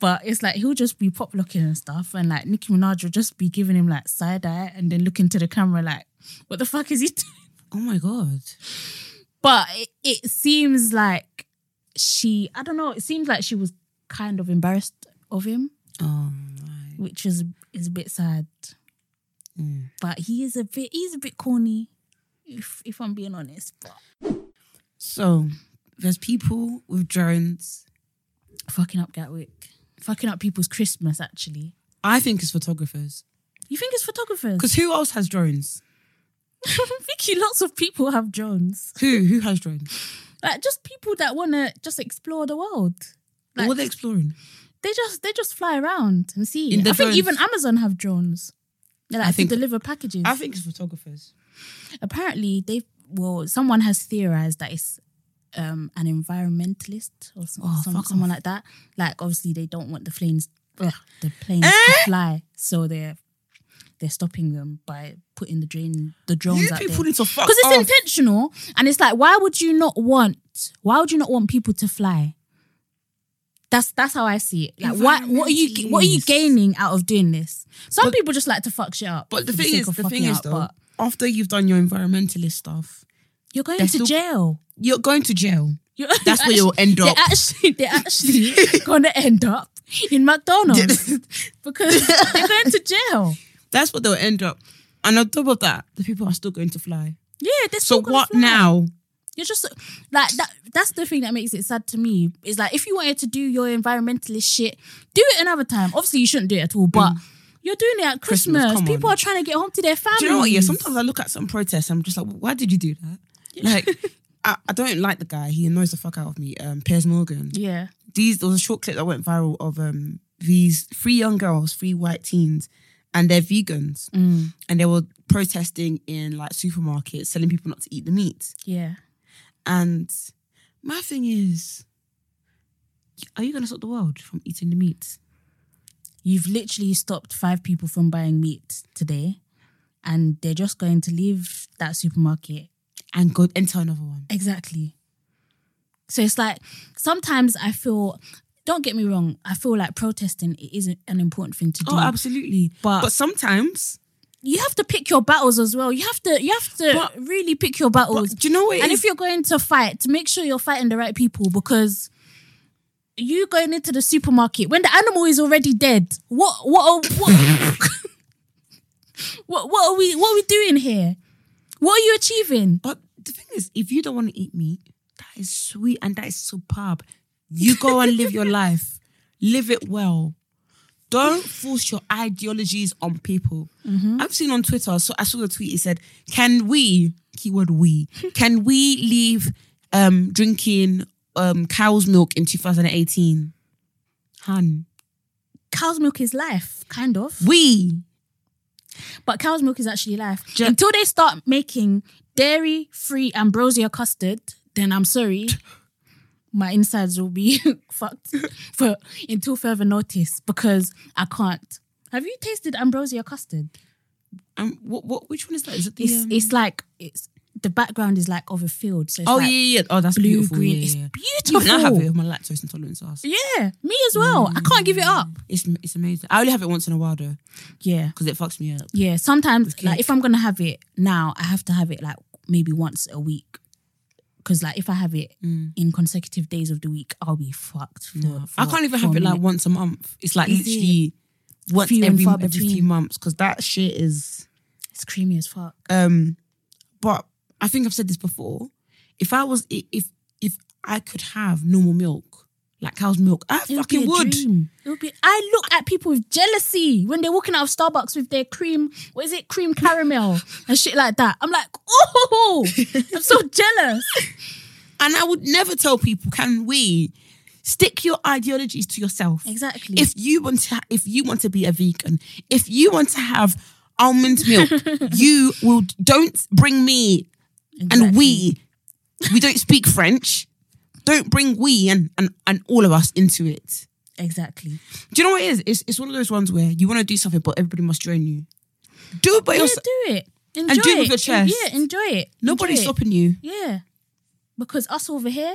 Speaker 2: But it's like he'll just be pop locking and stuff, and like Nicki Minaj will just be giving him like side eye and then looking to the camera like, what the fuck is he doing?
Speaker 1: Oh my god.
Speaker 2: But it, it seems like she, I don't know, it seems like she was kind of embarrassed of him,
Speaker 1: Oh
Speaker 2: Um,
Speaker 1: my.
Speaker 2: which is is a bit sad.
Speaker 1: Mm.
Speaker 2: But he is a bit he's a bit corny, if if I'm being honest. But
Speaker 1: So there's people with drones.
Speaker 2: fucking up Gatwick, fucking up people's Christmas. Actually,
Speaker 1: I think it's photographers.
Speaker 2: you think it's photographers?
Speaker 1: Because who else has drones?
Speaker 2: Vicky, lots of people have drones.
Speaker 1: Who who has drones?
Speaker 2: Like just people that want to just explore the world.
Speaker 1: What
Speaker 2: Like
Speaker 1: were they exploring?
Speaker 2: they just they just fly around and see.
Speaker 1: In
Speaker 2: I
Speaker 1: the
Speaker 2: think
Speaker 1: drones.
Speaker 2: even Amazon have drones. They're like
Speaker 1: I
Speaker 2: to
Speaker 1: think-
Speaker 2: deliver packages.
Speaker 1: I think it's photographers.
Speaker 2: Apparently they well someone has theorized that it's um an environmentalist or some,
Speaker 1: Oh,
Speaker 2: some-
Speaker 1: fuck
Speaker 2: someone
Speaker 1: off.
Speaker 2: like that. Like obviously they don't want the planes ugh, the planes
Speaker 1: Eh?
Speaker 2: to fly, so they're they're stopping them by putting the drain the drones
Speaker 1: You
Speaker 2: out there.
Speaker 1: people need to fuck
Speaker 2: because it's
Speaker 1: off.
Speaker 2: intentional and it's like why would you not want why would you not want people to fly that's that's how i see it like why what are you what are you
Speaker 1: Environmentalists.
Speaker 2: gaining out of doing this some
Speaker 1: But-
Speaker 2: people just like to fuck shit up
Speaker 1: but
Speaker 2: for
Speaker 1: the thing
Speaker 2: sake
Speaker 1: is,
Speaker 2: of
Speaker 1: the
Speaker 2: fucking
Speaker 1: thing is
Speaker 2: up,
Speaker 1: though,
Speaker 2: but
Speaker 1: after you've done your environmentalist stuff,
Speaker 2: you're going
Speaker 1: they're
Speaker 2: to
Speaker 1: still-
Speaker 2: jail
Speaker 1: you're going to jail.
Speaker 2: You're-
Speaker 1: That's where you'll end
Speaker 2: they're
Speaker 1: up.
Speaker 2: actually they're actually gonna end up in mcdonald's because they're going to jail
Speaker 1: That's where they'll end up. And on top of that, the people are still going to fly.
Speaker 2: yeah they're
Speaker 1: So
Speaker 2: still gonna
Speaker 1: what
Speaker 2: fly.
Speaker 1: now?
Speaker 2: You're just like that. That's the thing that makes it sad to me. Is like if you wanted to do your environmentalist shit, do it another time. Obviously, you shouldn't do it at all, but you're doing it at
Speaker 1: Mm. Christmas,
Speaker 2: Christmas.
Speaker 1: come
Speaker 2: People
Speaker 1: on.
Speaker 2: are trying to get home to their families.
Speaker 1: Do you know what? Yeah, sometimes I look at some protests. I'm just like, why did you do that? Like, I, I don't like the guy. He annoys the fuck out of me. Um, Piers Morgan.
Speaker 2: Yeah,
Speaker 1: These there was a short clip that went viral of um these three young girls, three white teens, and they're vegans,
Speaker 2: Mm.
Speaker 1: and they were protesting in like supermarkets, telling people not to eat the meat.
Speaker 2: yeah.
Speaker 1: And my thing is, are you gonna stop the world from eating the meat?
Speaker 2: You've literally stopped five people from buying meat today, and they're just going to leave that supermarket
Speaker 1: And go enter another one.
Speaker 2: Exactly. So it's like sometimes I feel. Don't get me wrong. I feel like protesting it isn't an important thing to do.
Speaker 1: Oh, absolutely.
Speaker 2: But-
Speaker 1: but sometimes,
Speaker 2: you have to pick your battles as well. You have to you have to
Speaker 1: But-
Speaker 2: really pick your battles.
Speaker 1: but do you know what? it
Speaker 2: Oh, and
Speaker 1: is?
Speaker 2: if you're going to fight, to make sure you're fighting the right people because you going into the supermarket when the animal is already dead. What what are, what, what what are we what are we doing here? What are you achieving?
Speaker 1: But the thing is, if you don't want to eat meat, that is sweet and that is superb. You go and live your life, live it well. Don't force your ideologies on people.
Speaker 2: Mm-hmm.
Speaker 1: I've seen on Twitter, so I saw the tweet. It said, "Can we keyword we can we leave um, drinking um, cow's milk in 2018?" Hun,
Speaker 2: Cow's milk is life, kind of.
Speaker 1: we
Speaker 2: But cow's milk is actually life.
Speaker 1: Ju-
Speaker 2: Until they start making dairy free ambrosia custard, then I'm sorry. My insides will be fucked for until further notice because I can't. Have you tasted ambrosia custard?
Speaker 1: um, what, what which one is that? Is it the
Speaker 2: It's,
Speaker 1: um,
Speaker 2: it's like it's the background is like of a field. So it's
Speaker 1: oh
Speaker 2: like
Speaker 1: yeah, yeah. Oh, that's
Speaker 2: blue
Speaker 1: beautiful.
Speaker 2: green.
Speaker 1: Yeah,
Speaker 2: It's
Speaker 1: yeah.
Speaker 2: beautiful.
Speaker 1: Even I have it with my lactose intolerant sauce.
Speaker 2: Yeah, me as well. I can't give it up.
Speaker 1: It's it's amazing. I only have it once in a while though,
Speaker 2: Yeah.
Speaker 1: because it fucks me up.
Speaker 2: Yeah, sometimes
Speaker 1: With
Speaker 2: like
Speaker 1: cake.
Speaker 2: if I'm gonna have it now, I have to have it like maybe once a week. Cause like if I have it in consecutive days of the week, I'll be fucked. For, for-
Speaker 1: Mm. I can't even
Speaker 2: for
Speaker 1: have
Speaker 2: a
Speaker 1: it like
Speaker 2: minute.
Speaker 1: once a month. It's like
Speaker 2: Oh, Is it?
Speaker 1: literally once
Speaker 2: Few and
Speaker 1: every
Speaker 2: far
Speaker 1: every few
Speaker 2: between.
Speaker 1: months because that shit is.
Speaker 2: it's creamy as fuck.
Speaker 1: Um, but I think I've said this before. If I was i- if if I could have normal milk like cow's milk, I
Speaker 2: It would be
Speaker 1: fucking
Speaker 2: a
Speaker 1: would.
Speaker 2: dream. It would be. I look at people with jealousy when they're walking out of Starbucks with their cream. What is it? Cream caramel and shit like that. I'm like, oh, I'm so jealous.
Speaker 1: And I would never tell people. Can we stick your ideologies to yourself?
Speaker 2: Exactly.
Speaker 1: If you want to, if you want to be a vegan, if you want to have almond milk, you will. Don't bring me and
Speaker 2: Exactly.
Speaker 1: we. We don't speak French. Don't bring we and and and all of us into it.
Speaker 2: Exactly.
Speaker 1: Do you know what it is? It's it's one of those ones where you want to do something, but everybody must join you. Do it by
Speaker 2: Yeah,
Speaker 1: yourself.
Speaker 2: do it. Enjoy
Speaker 1: do it with your chest.
Speaker 2: Yeah, enjoy it.
Speaker 1: Nobody's
Speaker 2: Enjoy it.
Speaker 1: stopping you.
Speaker 2: Yeah. Because us over here,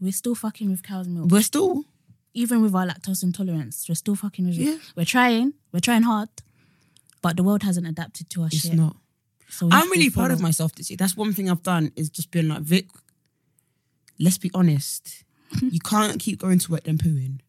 Speaker 2: we're still fucking with cow's milk.
Speaker 1: We're still
Speaker 2: Even with our lactose intolerance, we're still fucking with
Speaker 1: Yeah.
Speaker 2: it. We're trying. We're trying hard. But the world hasn't adapted to our
Speaker 1: it's
Speaker 2: shit.
Speaker 1: not.
Speaker 2: So we have
Speaker 1: I'm
Speaker 2: to
Speaker 1: really proud of
Speaker 2: follow.
Speaker 1: myself this year. That's one thing I've done is just being like, Vic, let's be honest. you can't keep going to work then pooing.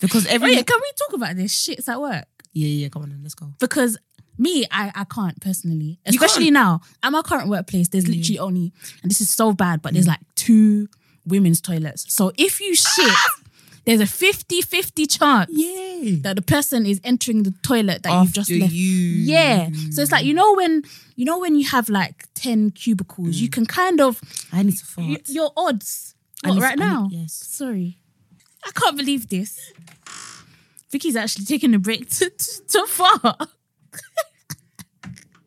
Speaker 1: because
Speaker 2: Oh,
Speaker 1: every
Speaker 2: yeah, can we talk about this? Shit's at work.
Speaker 1: Yeah, yeah, come on then, let's go.
Speaker 2: Because me, I, I can't personally.
Speaker 1: You Mm.
Speaker 2: Especially now. At my current workplace, there's literally only, and this is so bad, but there's like two women's toilets. So if you
Speaker 1: Ah!
Speaker 2: shit, there's a 50 50 chance
Speaker 1: Yay.
Speaker 2: that the person is entering the toilet that you've just left.
Speaker 1: you.
Speaker 2: Yeah. So it's like you know when you know when you have like ten cubicles, you can kind of
Speaker 1: I need to fart.
Speaker 2: y- your odds.
Speaker 1: I
Speaker 2: What,
Speaker 1: need-
Speaker 2: right
Speaker 1: I need-
Speaker 2: now?
Speaker 1: yes.
Speaker 2: Sorry, I can't believe this. Vicky's actually taking a break to to, to fart.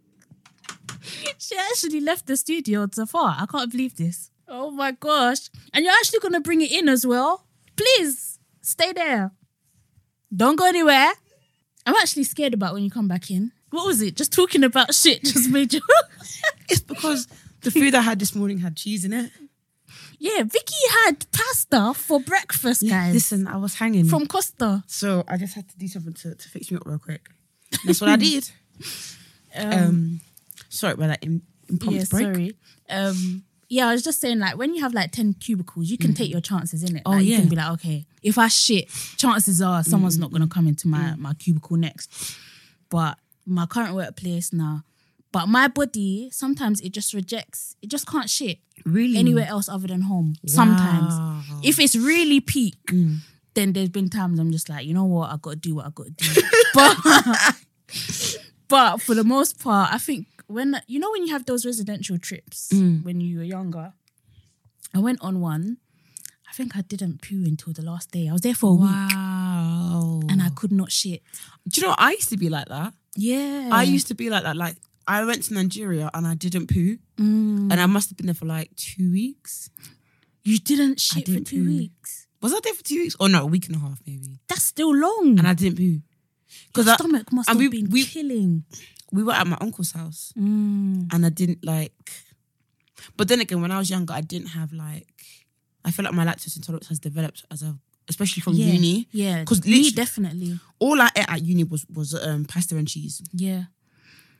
Speaker 2: she actually left the studio to fart. I can't believe this. Oh my gosh! And you're actually gonna bring it in as well. Please stay there. Don't go anywhere. I'm actually scared about when you come back in. What was it? Just talking about shit just made you.
Speaker 1: It's because the food I had this morning had cheese in it.
Speaker 2: yeah, Vicky had pasta for breakfast, guys.
Speaker 1: Listen, I was hanging.
Speaker 2: from Costa.
Speaker 1: so I just had to do something to, to fix me up real quick. That's what I did. Um, sorry about that im- impromptu
Speaker 2: yeah,
Speaker 1: break.
Speaker 2: sorry. Um, yeah, I was just saying, like, when you have like 10 cubicles, you can take your chances, in it.
Speaker 1: Oh,
Speaker 2: like, You
Speaker 1: yeah. Mm.
Speaker 2: can be like, okay, if I shit, chances are someone's not going to come into my, my cubicle next. But my current workplace now, but my body, sometimes it just rejects, it just can't shit.
Speaker 1: Really?
Speaker 2: anywhere else other than home. Sometimes,
Speaker 1: Wow.
Speaker 2: if it's really peak,
Speaker 1: Mm.
Speaker 2: then there's been times I'm just like, you know what, I got to do what I got to do. but but for the most part, I think when you know when you have those residential trips
Speaker 1: Mm.
Speaker 2: when you were younger, I went on one. I think I didn't poo until the last day. I was there for a week
Speaker 1: Wow.
Speaker 2: and I could not shit.
Speaker 1: Do you know, I used to be like that.
Speaker 2: Yeah,
Speaker 1: I used to be like that. Like, I went to Nigeria and I didn't poo.
Speaker 2: Mm.
Speaker 1: And I must have been there for like two weeks.
Speaker 2: you didn't shit
Speaker 1: didn't
Speaker 2: for two
Speaker 1: poo.
Speaker 2: weeks.
Speaker 1: Was I there for two weeks? Or no, a week and a half maybe.
Speaker 2: That's still long.
Speaker 1: And I didn't poo. Because
Speaker 2: Stomach must
Speaker 1: and
Speaker 2: have
Speaker 1: we-
Speaker 2: been
Speaker 1: we-
Speaker 2: killing.
Speaker 1: we were at my uncle's house
Speaker 2: Mm.
Speaker 1: and I didn't like. But then again, when I was younger, I didn't have like. I feel like my lactose intolerance has developed as I've, especially from
Speaker 2: yeah.
Speaker 1: uni.
Speaker 2: Yeah,
Speaker 1: Because
Speaker 2: me
Speaker 1: literally,
Speaker 2: definitely.
Speaker 1: all I ate at uni was was um, pasta and cheese.
Speaker 2: Yeah.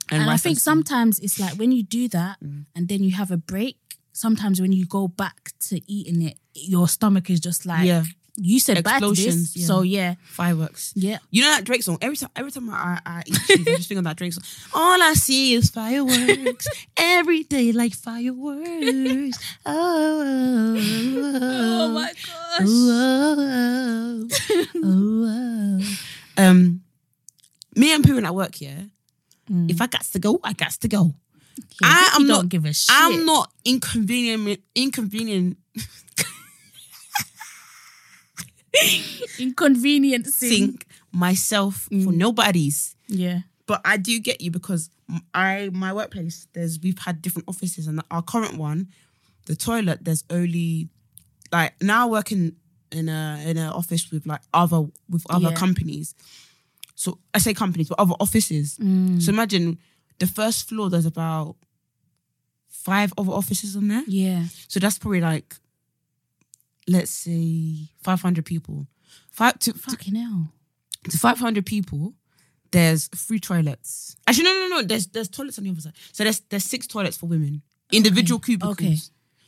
Speaker 1: And,
Speaker 2: And, I
Speaker 1: rice Mm.
Speaker 2: think
Speaker 1: stew.
Speaker 2: sometimes it's like when you do that and then you have a break, sometimes when you go back to eating it, your stomach is just like,
Speaker 1: Yeah.
Speaker 2: you said bad to
Speaker 1: Explosions, yeah.
Speaker 2: this. So yeah.
Speaker 1: fireworks.
Speaker 2: Yeah.
Speaker 1: You know that Drake song. Every time, every time I, I, I eat cheese, I just think of that Drake song. All I see is fireworks every day, like fireworks. Oh, oh, oh,
Speaker 2: gosh.
Speaker 1: oh, oh, oh, oh, oh. Um, me and Pooh at work. Yeah, if I gats to go, I gats to go.
Speaker 2: Yeah,
Speaker 1: I
Speaker 2: Vicky
Speaker 1: am
Speaker 2: don't
Speaker 1: not-
Speaker 2: give a shit.
Speaker 1: I'm not inconvenient. Inconvenient.
Speaker 2: inconveniencing.
Speaker 1: Think myself for nobody's.
Speaker 2: Yeah.
Speaker 1: but I do get you because m- I my workplace there's we've had different offices and our current one, the toilet there's only like now I work in in a in an office with like other with other
Speaker 2: Yeah.
Speaker 1: companies. So I say
Speaker 2: Mm.
Speaker 1: companies, but other offices. So imagine the first floor there's about five other offices on there.
Speaker 2: Yeah.
Speaker 1: So that's probably like, let's say, 500 people. Five to, to,
Speaker 2: Fucking hell.
Speaker 1: to 500 people, there's three toilets. Actually, no, no, no. There's there's toilets on the other side. So there's there's six toilets for women, individual cubicles.
Speaker 2: okay.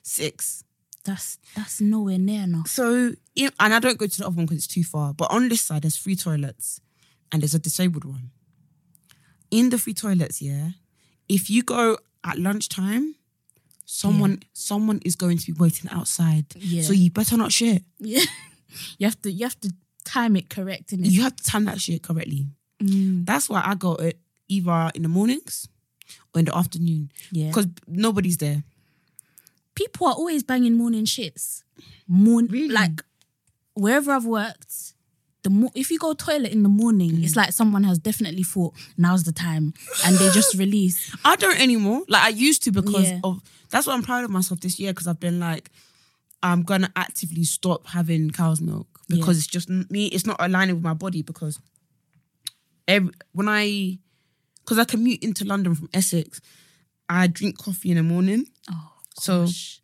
Speaker 1: Six.
Speaker 2: That's that's nowhere near enough.
Speaker 1: So, in, and I don't go to the other one because it's too far. But on this side, there's three toilets and there's a disabled one. In the three toilets, yeah, if you go at lunchtime, someone someone is going to be waiting outside.
Speaker 2: Yeah.
Speaker 1: So you better not shit.
Speaker 2: Yeah. you have to you have to time it correct, innit?
Speaker 1: You have to time that shit correctly.
Speaker 2: Mm,
Speaker 1: That's why I go it either in the mornings or in the afternoon
Speaker 2: yeah.
Speaker 1: because nobody's there.
Speaker 2: people are always banging morning shifts. Morn,
Speaker 1: Really?
Speaker 2: like wherever I've worked, the mo- if you go toilet in the morning, it's like someone has definitely thought now's the time, and they just release.
Speaker 1: I don't anymore. Like I used to because
Speaker 2: Yeah.
Speaker 1: of that's what I'm proud of myself this year because I've been like, I'm gonna actively stop having cow's milk because it's just n- me. It's not aligning with my body because every, when I because I commute into London from Essex, I drink coffee in the morning
Speaker 2: Oh,
Speaker 1: So-
Speaker 2: gosh.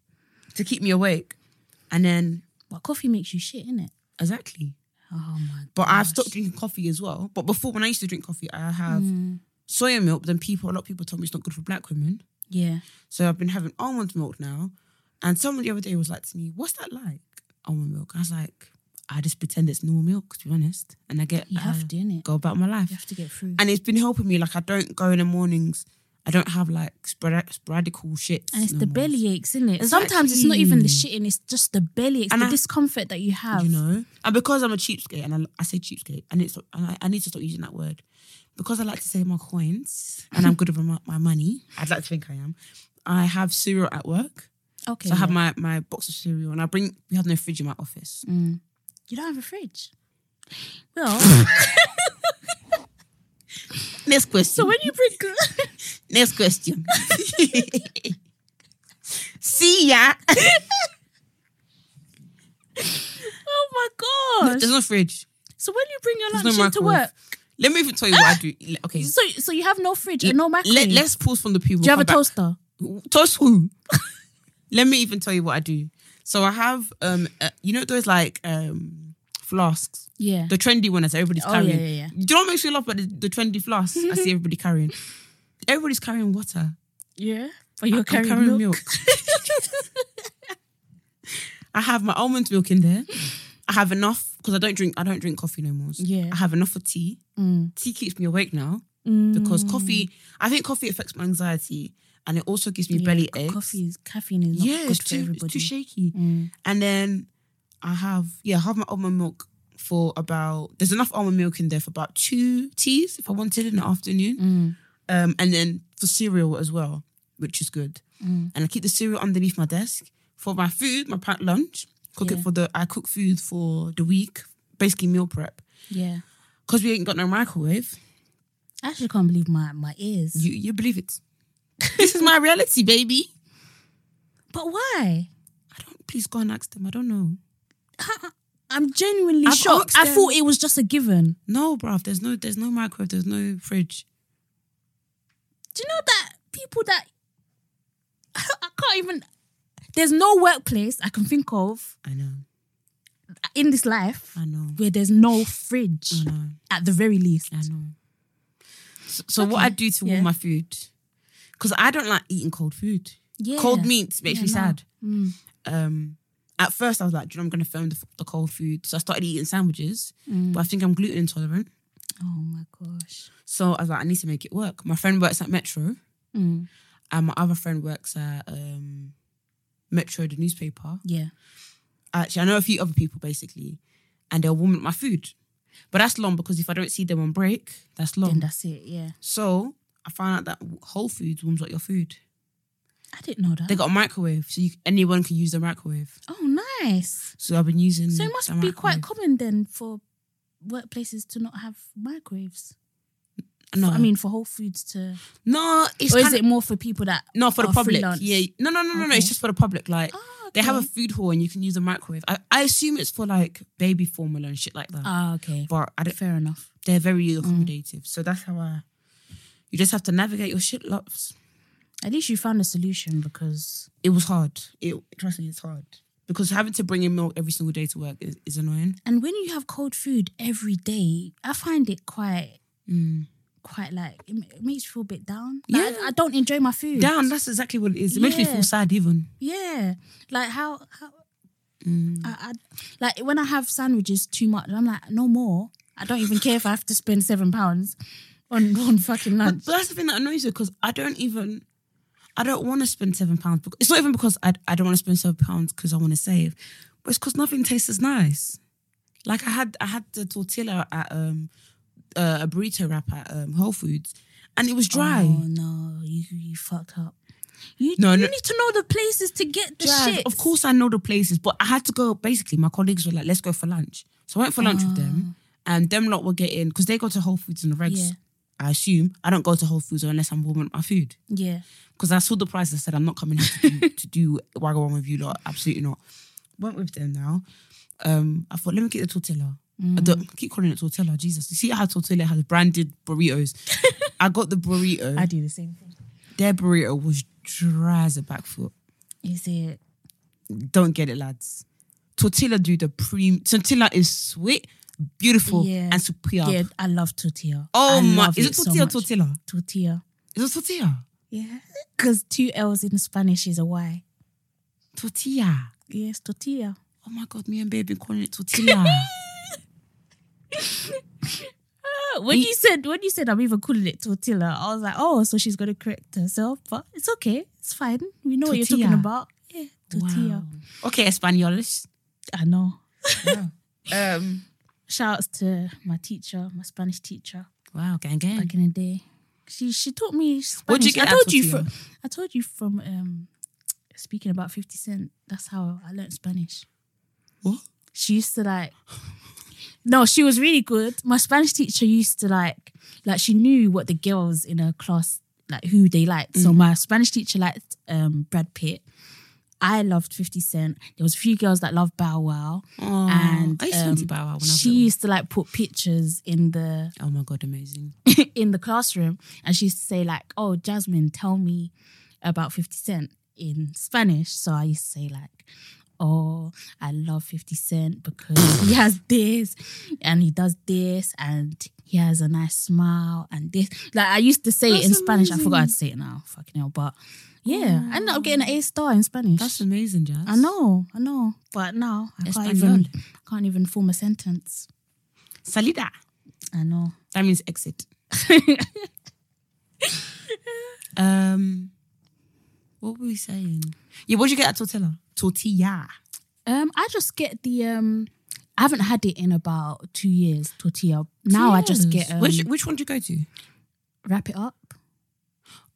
Speaker 1: to keep me awake, and then
Speaker 2: but coffee makes you shit, innit?
Speaker 1: exactly.
Speaker 2: Oh my.
Speaker 1: But I've
Speaker 2: gosh.
Speaker 1: stopped drinking coffee as well. But before, when I used to drink coffee, I have
Speaker 2: Hmm.
Speaker 1: soya milk. Then people, a lot of people told me it's not good for black women.
Speaker 2: Yeah.
Speaker 1: So I've been having almond milk now. And someone the other day was like to me, What's that like? Almond milk. I was like, I just pretend it's normal milk, to be honest. And I get
Speaker 2: You have
Speaker 1: uh,
Speaker 2: to, innit?
Speaker 1: go about my life.
Speaker 2: You have to get through.
Speaker 1: And it's been helping me. Like I don't go in the mornings. I don't have like sporad- sporadical shit.
Speaker 2: And it's the belly aches, isn't it? Sometimes it's not
Speaker 1: Exactly.
Speaker 2: even the shitting, it's just the belly aches,
Speaker 1: And
Speaker 2: the
Speaker 1: I-
Speaker 2: discomfort that you have.
Speaker 1: You know? And because I'm a cheapskate and I, I say cheapskate and it's and I, I need to stop using that word. Because I like to save my coins and I'm good with my, my money, I'd like to think I am. I have cereal at work.
Speaker 2: Okay.
Speaker 1: So I have
Speaker 2: yeah.
Speaker 1: my, my box of cereal and I bring we have no fridge in my office.
Speaker 2: Mm. you don't have a fridge. Well,
Speaker 1: Next question.
Speaker 2: so when you bring
Speaker 1: Next question. See ya.
Speaker 2: Oh my gosh.
Speaker 1: There's no fridge.
Speaker 2: so when you bring your
Speaker 1: There's
Speaker 2: lunch
Speaker 1: no
Speaker 2: into
Speaker 1: microwave.
Speaker 2: work,
Speaker 1: Let me even tell you what I do. Okay.
Speaker 2: so so you have no fridge and no microwave.
Speaker 1: Let, let's pause from the people.
Speaker 2: Do you have a toaster?
Speaker 1: toast? Toast who? Let me even tell you what I do. So I have um, uh, you know those like um flasks,
Speaker 2: Yeah.
Speaker 1: the trendy one that everybody's
Speaker 2: Oh, yeah,
Speaker 1: carrying.
Speaker 2: yeah, yeah.
Speaker 1: Do you know what makes me laugh about the, the trendy flasks I see everybody carrying? Everybody's carrying water.
Speaker 2: yeah. But you're
Speaker 1: I'm
Speaker 2: Oh, carrying,
Speaker 1: carrying
Speaker 2: milk.
Speaker 1: I have my almond milk in there. I have enough because I don't drink. I don't drink coffee no more.
Speaker 2: Yeah.
Speaker 1: I have enough for tea.
Speaker 2: Mm.
Speaker 1: Tea keeps me awake now
Speaker 2: Mm.
Speaker 1: because coffee. I think coffee affects my anxiety and it also gives me
Speaker 2: Yeah,
Speaker 1: belly
Speaker 2: c-
Speaker 1: aches.
Speaker 2: Coffee is caffeine is not
Speaker 1: yeah,
Speaker 2: good
Speaker 1: it's
Speaker 2: for
Speaker 1: too,
Speaker 2: everybody.
Speaker 1: it's too shaky.
Speaker 2: Mm.
Speaker 1: And then I have yeah, I have my almond milk for about. There's enough almond milk in there for about two teas if I wanted in the afternoon.
Speaker 2: Mm.
Speaker 1: Um, and then for cereal as well, which is good.
Speaker 2: Mm.
Speaker 1: And I keep the cereal underneath my desk for my food, my packed lunch. Cook
Speaker 2: Yeah.
Speaker 1: it for the. I cook food for the week, basically meal prep,
Speaker 2: Yeah.
Speaker 1: because we ain't got no microwave.
Speaker 2: I actually can't believe my my ears.
Speaker 1: You you believe it? this is my reality, baby.
Speaker 2: but why?
Speaker 1: I don't. Please go and ask them. I don't know.
Speaker 2: I'm genuinely
Speaker 1: I've
Speaker 2: shocked.
Speaker 1: asked
Speaker 2: I
Speaker 1: them.
Speaker 2: thought it was just a given.
Speaker 1: No, bruv. There's no. There's no microwave. There's no fridge.
Speaker 2: Do you know that people that I can't even. There's no workplace I can think of
Speaker 1: I know.
Speaker 2: in this life
Speaker 1: I know.
Speaker 2: where there's no fridge
Speaker 1: I know.
Speaker 2: at the very least.
Speaker 1: I know. So, so what I
Speaker 2: Okay,
Speaker 1: do to
Speaker 2: yeah.
Speaker 1: warm my food, because I don't like eating cold food.
Speaker 2: Yeah.
Speaker 1: Cold meats makes
Speaker 2: Yeah,
Speaker 1: me
Speaker 2: no.
Speaker 1: sad.
Speaker 2: Mm.
Speaker 1: Um, at first, I was like, "Do you know, I'm going to film the, f- the cold food. So I started eating sandwiches,
Speaker 2: Mm.
Speaker 1: but I think I'm gluten intolerant.
Speaker 2: Oh my gosh.
Speaker 1: So I was like, I need to make it work. My friend works at Metro,
Speaker 2: Mm.
Speaker 1: and my other friend works at um, Metro, the newspaper.
Speaker 2: Yeah.
Speaker 1: Actually, I know a few other people basically, and they'll warm up my food. But that's long because if I don't see them on break, that's long.
Speaker 2: Then that's it. Yeah.
Speaker 1: So I found out that Whole Foods warms up your food.
Speaker 2: I didn't know that.
Speaker 1: They got a microwave, so you, anyone can use the microwave.
Speaker 2: oh, nice.
Speaker 1: So I've been using.
Speaker 2: So it must
Speaker 1: the
Speaker 2: be quite
Speaker 1: microwave.
Speaker 2: common then for workplaces to not have microwaves.
Speaker 1: no,
Speaker 2: I mean, for Whole Foods to.
Speaker 1: no, it's
Speaker 2: or is
Speaker 1: kinda-
Speaker 2: it more for people that.
Speaker 1: no for the
Speaker 2: are
Speaker 1: public?
Speaker 2: freelance?
Speaker 1: Yeah, no, no, no, no, no.
Speaker 2: Okay.
Speaker 1: It's just for the public. Like
Speaker 2: Oh,
Speaker 1: they have a
Speaker 2: okay.
Speaker 1: food hall and you can use the microwave. I, I assume it's for like baby formula and shit like that.
Speaker 2: Ah, Mm. okay.
Speaker 1: but I don't,
Speaker 2: Fair enough.
Speaker 1: they're very accommodative, so that's how I. You just have to navigate your shit, loves.
Speaker 2: At least you found a solution because
Speaker 1: It was hard. It trust me, it's hard because having to bring in milk every single day to work is, is annoying.
Speaker 2: and when you have cold food every day, I find it quite quite like it, ma- it makes you feel a bit down. Like,
Speaker 1: Mm. Yeah.
Speaker 2: I, I don't enjoy my food.
Speaker 1: Down. That's exactly what it is. It makes me
Speaker 2: Yeah.
Speaker 1: feel sad even.
Speaker 2: Yeah. Like how how
Speaker 1: Mm.
Speaker 2: I, I like when I have sandwiches too much, I'm like, no more. I don't even care if I have to spend seven pounds on one fucking lunch.
Speaker 1: But that's the thing that annoys you because I don't even, I don't want to spend seven pounds. bec- It's not even because I, I don't want to spend seven pounds because I want to save, but it's because nothing tastes as nice. Like I had I had the tortilla at um uh, a burrito wrap at um, Whole Foods, and it was dry.
Speaker 2: Oh no, you you fucked up. You,
Speaker 1: No,
Speaker 2: you
Speaker 1: no.
Speaker 2: need to know the places to get the
Speaker 1: Drive.
Speaker 2: shit.
Speaker 1: Of course, I know the places, but I had to go. Basically, my colleagues were like, "Let's go for lunch," so I went for lunch with them, and them lot were getting because they go to Whole Foods and the regs.
Speaker 2: Ah. Yeah.
Speaker 1: I assume I don't go to Whole Foods unless I'm warming up my food.
Speaker 2: Yeah.
Speaker 1: because I saw the price. I said, I'm not coming here to do, to do waggle one with you lot. Absolutely not. Went with them now. Um, I thought, let me get the tortilla. I
Speaker 2: Mm.
Speaker 1: don't- keep calling it tortilla. Jesus, you see how tortilla has branded burritos. I got the burrito.
Speaker 2: do the same thing.
Speaker 1: Their burrito was dry as a back foot.
Speaker 2: Is it?
Speaker 1: Don't get it, lads. Tortilla do the pre. Tortilla is sweet, beautiful,
Speaker 2: Yeah.
Speaker 1: and superior.
Speaker 2: Yeah, I love tortilla.
Speaker 1: Oh
Speaker 2: I
Speaker 1: my!
Speaker 2: love
Speaker 1: Is it
Speaker 2: so
Speaker 1: tortilla?
Speaker 2: much.
Speaker 1: tortilla?
Speaker 2: Tortilla.
Speaker 1: Is it tortilla?
Speaker 2: Yeah. Because two L's in Spanish is a Y.
Speaker 1: Tortilla.
Speaker 2: Yes, tortilla.
Speaker 1: Oh my god! Me and babe been calling it tortilla.
Speaker 2: Uh, When you said when you said I'm even calling it tortilla, I was like, oh, so she's gonna correct herself, but it's okay, it's fine. We know what you're
Speaker 1: Tortilla.
Speaker 2: talking about. Yeah, tortilla.
Speaker 1: Wow. Okay, Espanolis.
Speaker 2: I know.
Speaker 1: Um,
Speaker 2: Shouts to my teacher, my Spanish teacher.
Speaker 1: wow, gang gang.
Speaker 2: back in the day. She she taught me Spanish.
Speaker 1: What'd you get
Speaker 2: I
Speaker 1: at
Speaker 2: told you
Speaker 1: Tortilla?
Speaker 2: from I told you from um speaking about Fifty Cent. That's how I learned Spanish.
Speaker 1: What?
Speaker 2: She used to like. No, she was really good. My Spanish teacher used to like, like she knew what the girls in her class like who they liked.
Speaker 1: Mm.
Speaker 2: So my Spanish teacher liked um, Brad Pitt. I loved Fifty Cent. There was a few girls that loved Bow Wow,
Speaker 1: Oh,
Speaker 2: and
Speaker 1: I used to
Speaker 2: um,
Speaker 1: fancy Bow Wow when I was
Speaker 2: she
Speaker 1: little.
Speaker 2: used to like put pictures in the
Speaker 1: Oh my god, amazing.
Speaker 2: in the classroom and she used to say like, "Oh, Jasmine, tell me about 50 Cent in Spanish." So I used to say like, "Oh, I love 50 Cent because he has this and he does this and he has a nice smile and this." Like I used to say it in
Speaker 1: That's
Speaker 2: Spanish. I forgot how to
Speaker 1: amazing.
Speaker 2: say it now. Fucking hell, but yeah, I ended up getting an A star in Spanish.
Speaker 1: That's amazing, Jazz.
Speaker 2: I know, I know, but now I can't even, I can't even form a sentence.
Speaker 1: Salida.
Speaker 2: I know.
Speaker 1: That means exit. um, what were we saying? Yeah, what'd you get at Tortilla? Tortilla.
Speaker 2: Um, I just get the um. I haven't had it in about two years. Tortilla.
Speaker 1: Oh,
Speaker 2: Now I just
Speaker 1: Yes.
Speaker 2: get um,
Speaker 1: which which one did you go to?
Speaker 2: wrap it up.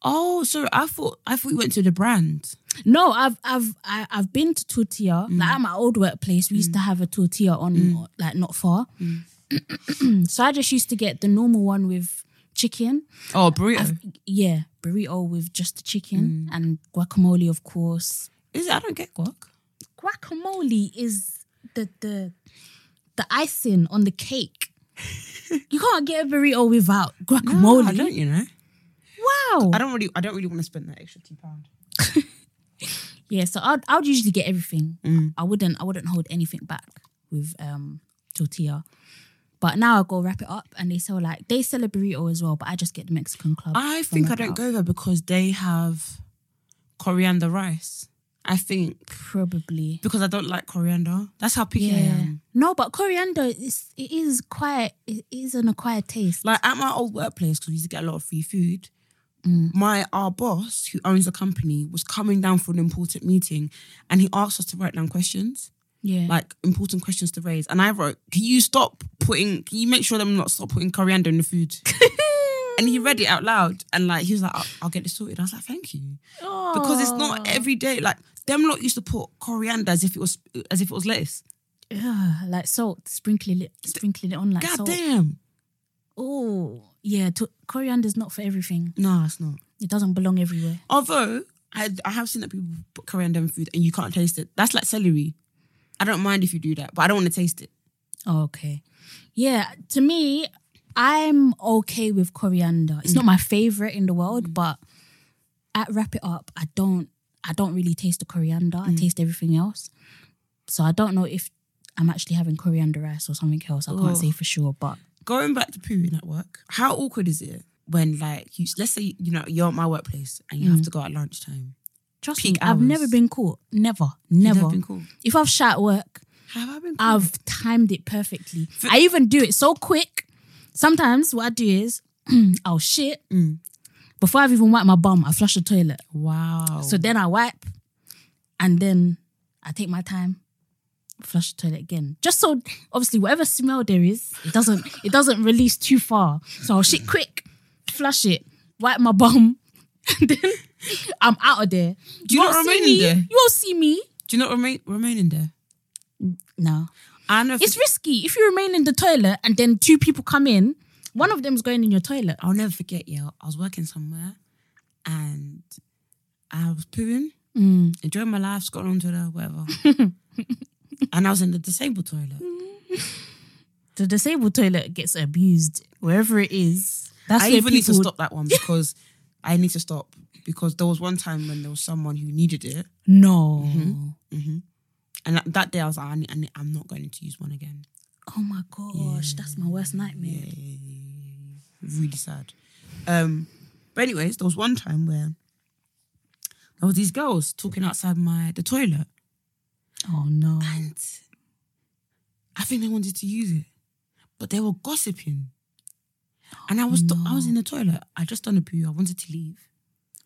Speaker 1: Oh, sorry. I thought I thought you went to the brand.
Speaker 2: No, I've I've I, I've been to tortilla. Like at my old workplace, we used to have a tortilla on uh, like not far. so I just used to get the normal one with chicken.
Speaker 1: Oh, burrito.
Speaker 2: Yeah, burrito with just the chicken and guacamole, of course.
Speaker 1: Is it? I don't get guac.
Speaker 2: guacamole is the the the icing on the cake. you can't get a burrito without
Speaker 1: No, Ah, I
Speaker 2: guacamole.
Speaker 1: don't. You know.
Speaker 2: wow.
Speaker 1: I don't really. I don't really want to spend that extra two pound.
Speaker 2: yeah, so I'd I'd usually get everything.
Speaker 1: Mm.
Speaker 2: I wouldn't I wouldn't hold anything back with um tortilla. But now I go wrap it up and they sell like they sell a burrito as well, but I just get the Mexican club.
Speaker 1: I
Speaker 2: from
Speaker 1: think I
Speaker 2: Wrap It
Speaker 1: don't
Speaker 2: Up.
Speaker 1: go there because they have coriander rice. I think
Speaker 2: probably.
Speaker 1: because I don't like coriander. That's how picky
Speaker 2: Yeah.
Speaker 1: I am.
Speaker 2: No, but coriander is it is quite it is an acquired taste.
Speaker 1: Like at my old workplace, because we used to get a lot of free food. My our boss, who owns the company, was coming down for an important meeting, and he asked us to write down questions,
Speaker 2: yeah.
Speaker 1: like important questions to raise. And I wrote, "Can you stop putting? Can you make sure them not stop putting coriander in the food?" and he read it out loud, and like he was like, "I'll, I'll get this sorted." I was like, "Thank you."
Speaker 2: Oh.
Speaker 1: because it's not every day. Like them lot used to put coriander as if it was as if it was lettuce.
Speaker 2: Yeah, like salt, sprinkling it, sprinkling it on like
Speaker 1: God
Speaker 2: salt.
Speaker 1: damn.
Speaker 2: Oh, yeah. To, coriander's not for everything.
Speaker 1: No, it's not.
Speaker 2: It doesn't belong everywhere.
Speaker 1: Although I I have seen that people put coriander in food and you can't taste it. That's like celery. I don't mind if you do that, but I don't want to taste it.
Speaker 2: Oh, okay. Yeah, to me, I'm okay with coriander. It's not my favorite in the world, but at wrap it up, I don't I don't really taste the coriander. I taste everything else. So I don't know if I'm actually having coriander rice or something else. I
Speaker 1: Ugh.
Speaker 2: can't say for sure, but
Speaker 1: Going back to pooing at work, how awkward is it when like you let's say you know you're at my workplace and
Speaker 2: Mm.
Speaker 1: you have to go at lunchtime?
Speaker 2: trust
Speaker 1: Peak
Speaker 2: me, I've never
Speaker 1: hours.
Speaker 2: been caught. Never,
Speaker 1: You'd
Speaker 2: never.
Speaker 1: Have been cool.
Speaker 2: If I've shot at work,
Speaker 1: Have I been? Cool?
Speaker 2: I've timed it perfectly. I even do it so quick. Sometimes what I do is I'll shit.
Speaker 1: Mm.
Speaker 2: Before I've even wiped my bum, I flush the toilet.
Speaker 1: wow.
Speaker 2: Um, So then I wipe and then I take my time, flush the toilet again. Just so obviously whatever smell there is, it doesn't it doesn't release too far. So I'll shit quick, flush it, wipe my bum, and then I'm out of there.
Speaker 1: Do you
Speaker 2: won't
Speaker 1: not
Speaker 2: see
Speaker 1: remain in
Speaker 2: me.
Speaker 1: there?
Speaker 2: You won't see me.
Speaker 1: do you not remain remain in there?
Speaker 2: No.
Speaker 1: I know. if-
Speaker 2: It's risky. If you remain in the toilet and then two people come in, one of them's going in your toilet.
Speaker 1: I'll never forget, yeah. I was working somewhere and I was pooing,
Speaker 2: Mm.
Speaker 1: enjoying my life, got onto the whatever. and I was in the disabled toilet.
Speaker 2: The disabled toilet gets abused wherever it is. That's
Speaker 1: I
Speaker 2: where
Speaker 1: even need to
Speaker 2: people-
Speaker 1: stop that one because I need to stop because there was one time when there was someone who needed it.
Speaker 2: No.
Speaker 1: And that, that day I was like, I need, I need, I'm not going to use one again.
Speaker 2: Oh my gosh, that's my worst nightmare.
Speaker 1: Really sad. Um, but anyways, there was one time where there was these girls talking outside my the toilet.
Speaker 2: Oh no.
Speaker 1: And I think they wanted to use it, but they were gossiping. And I was I was in the toilet. I just done a poo. I wanted to leave.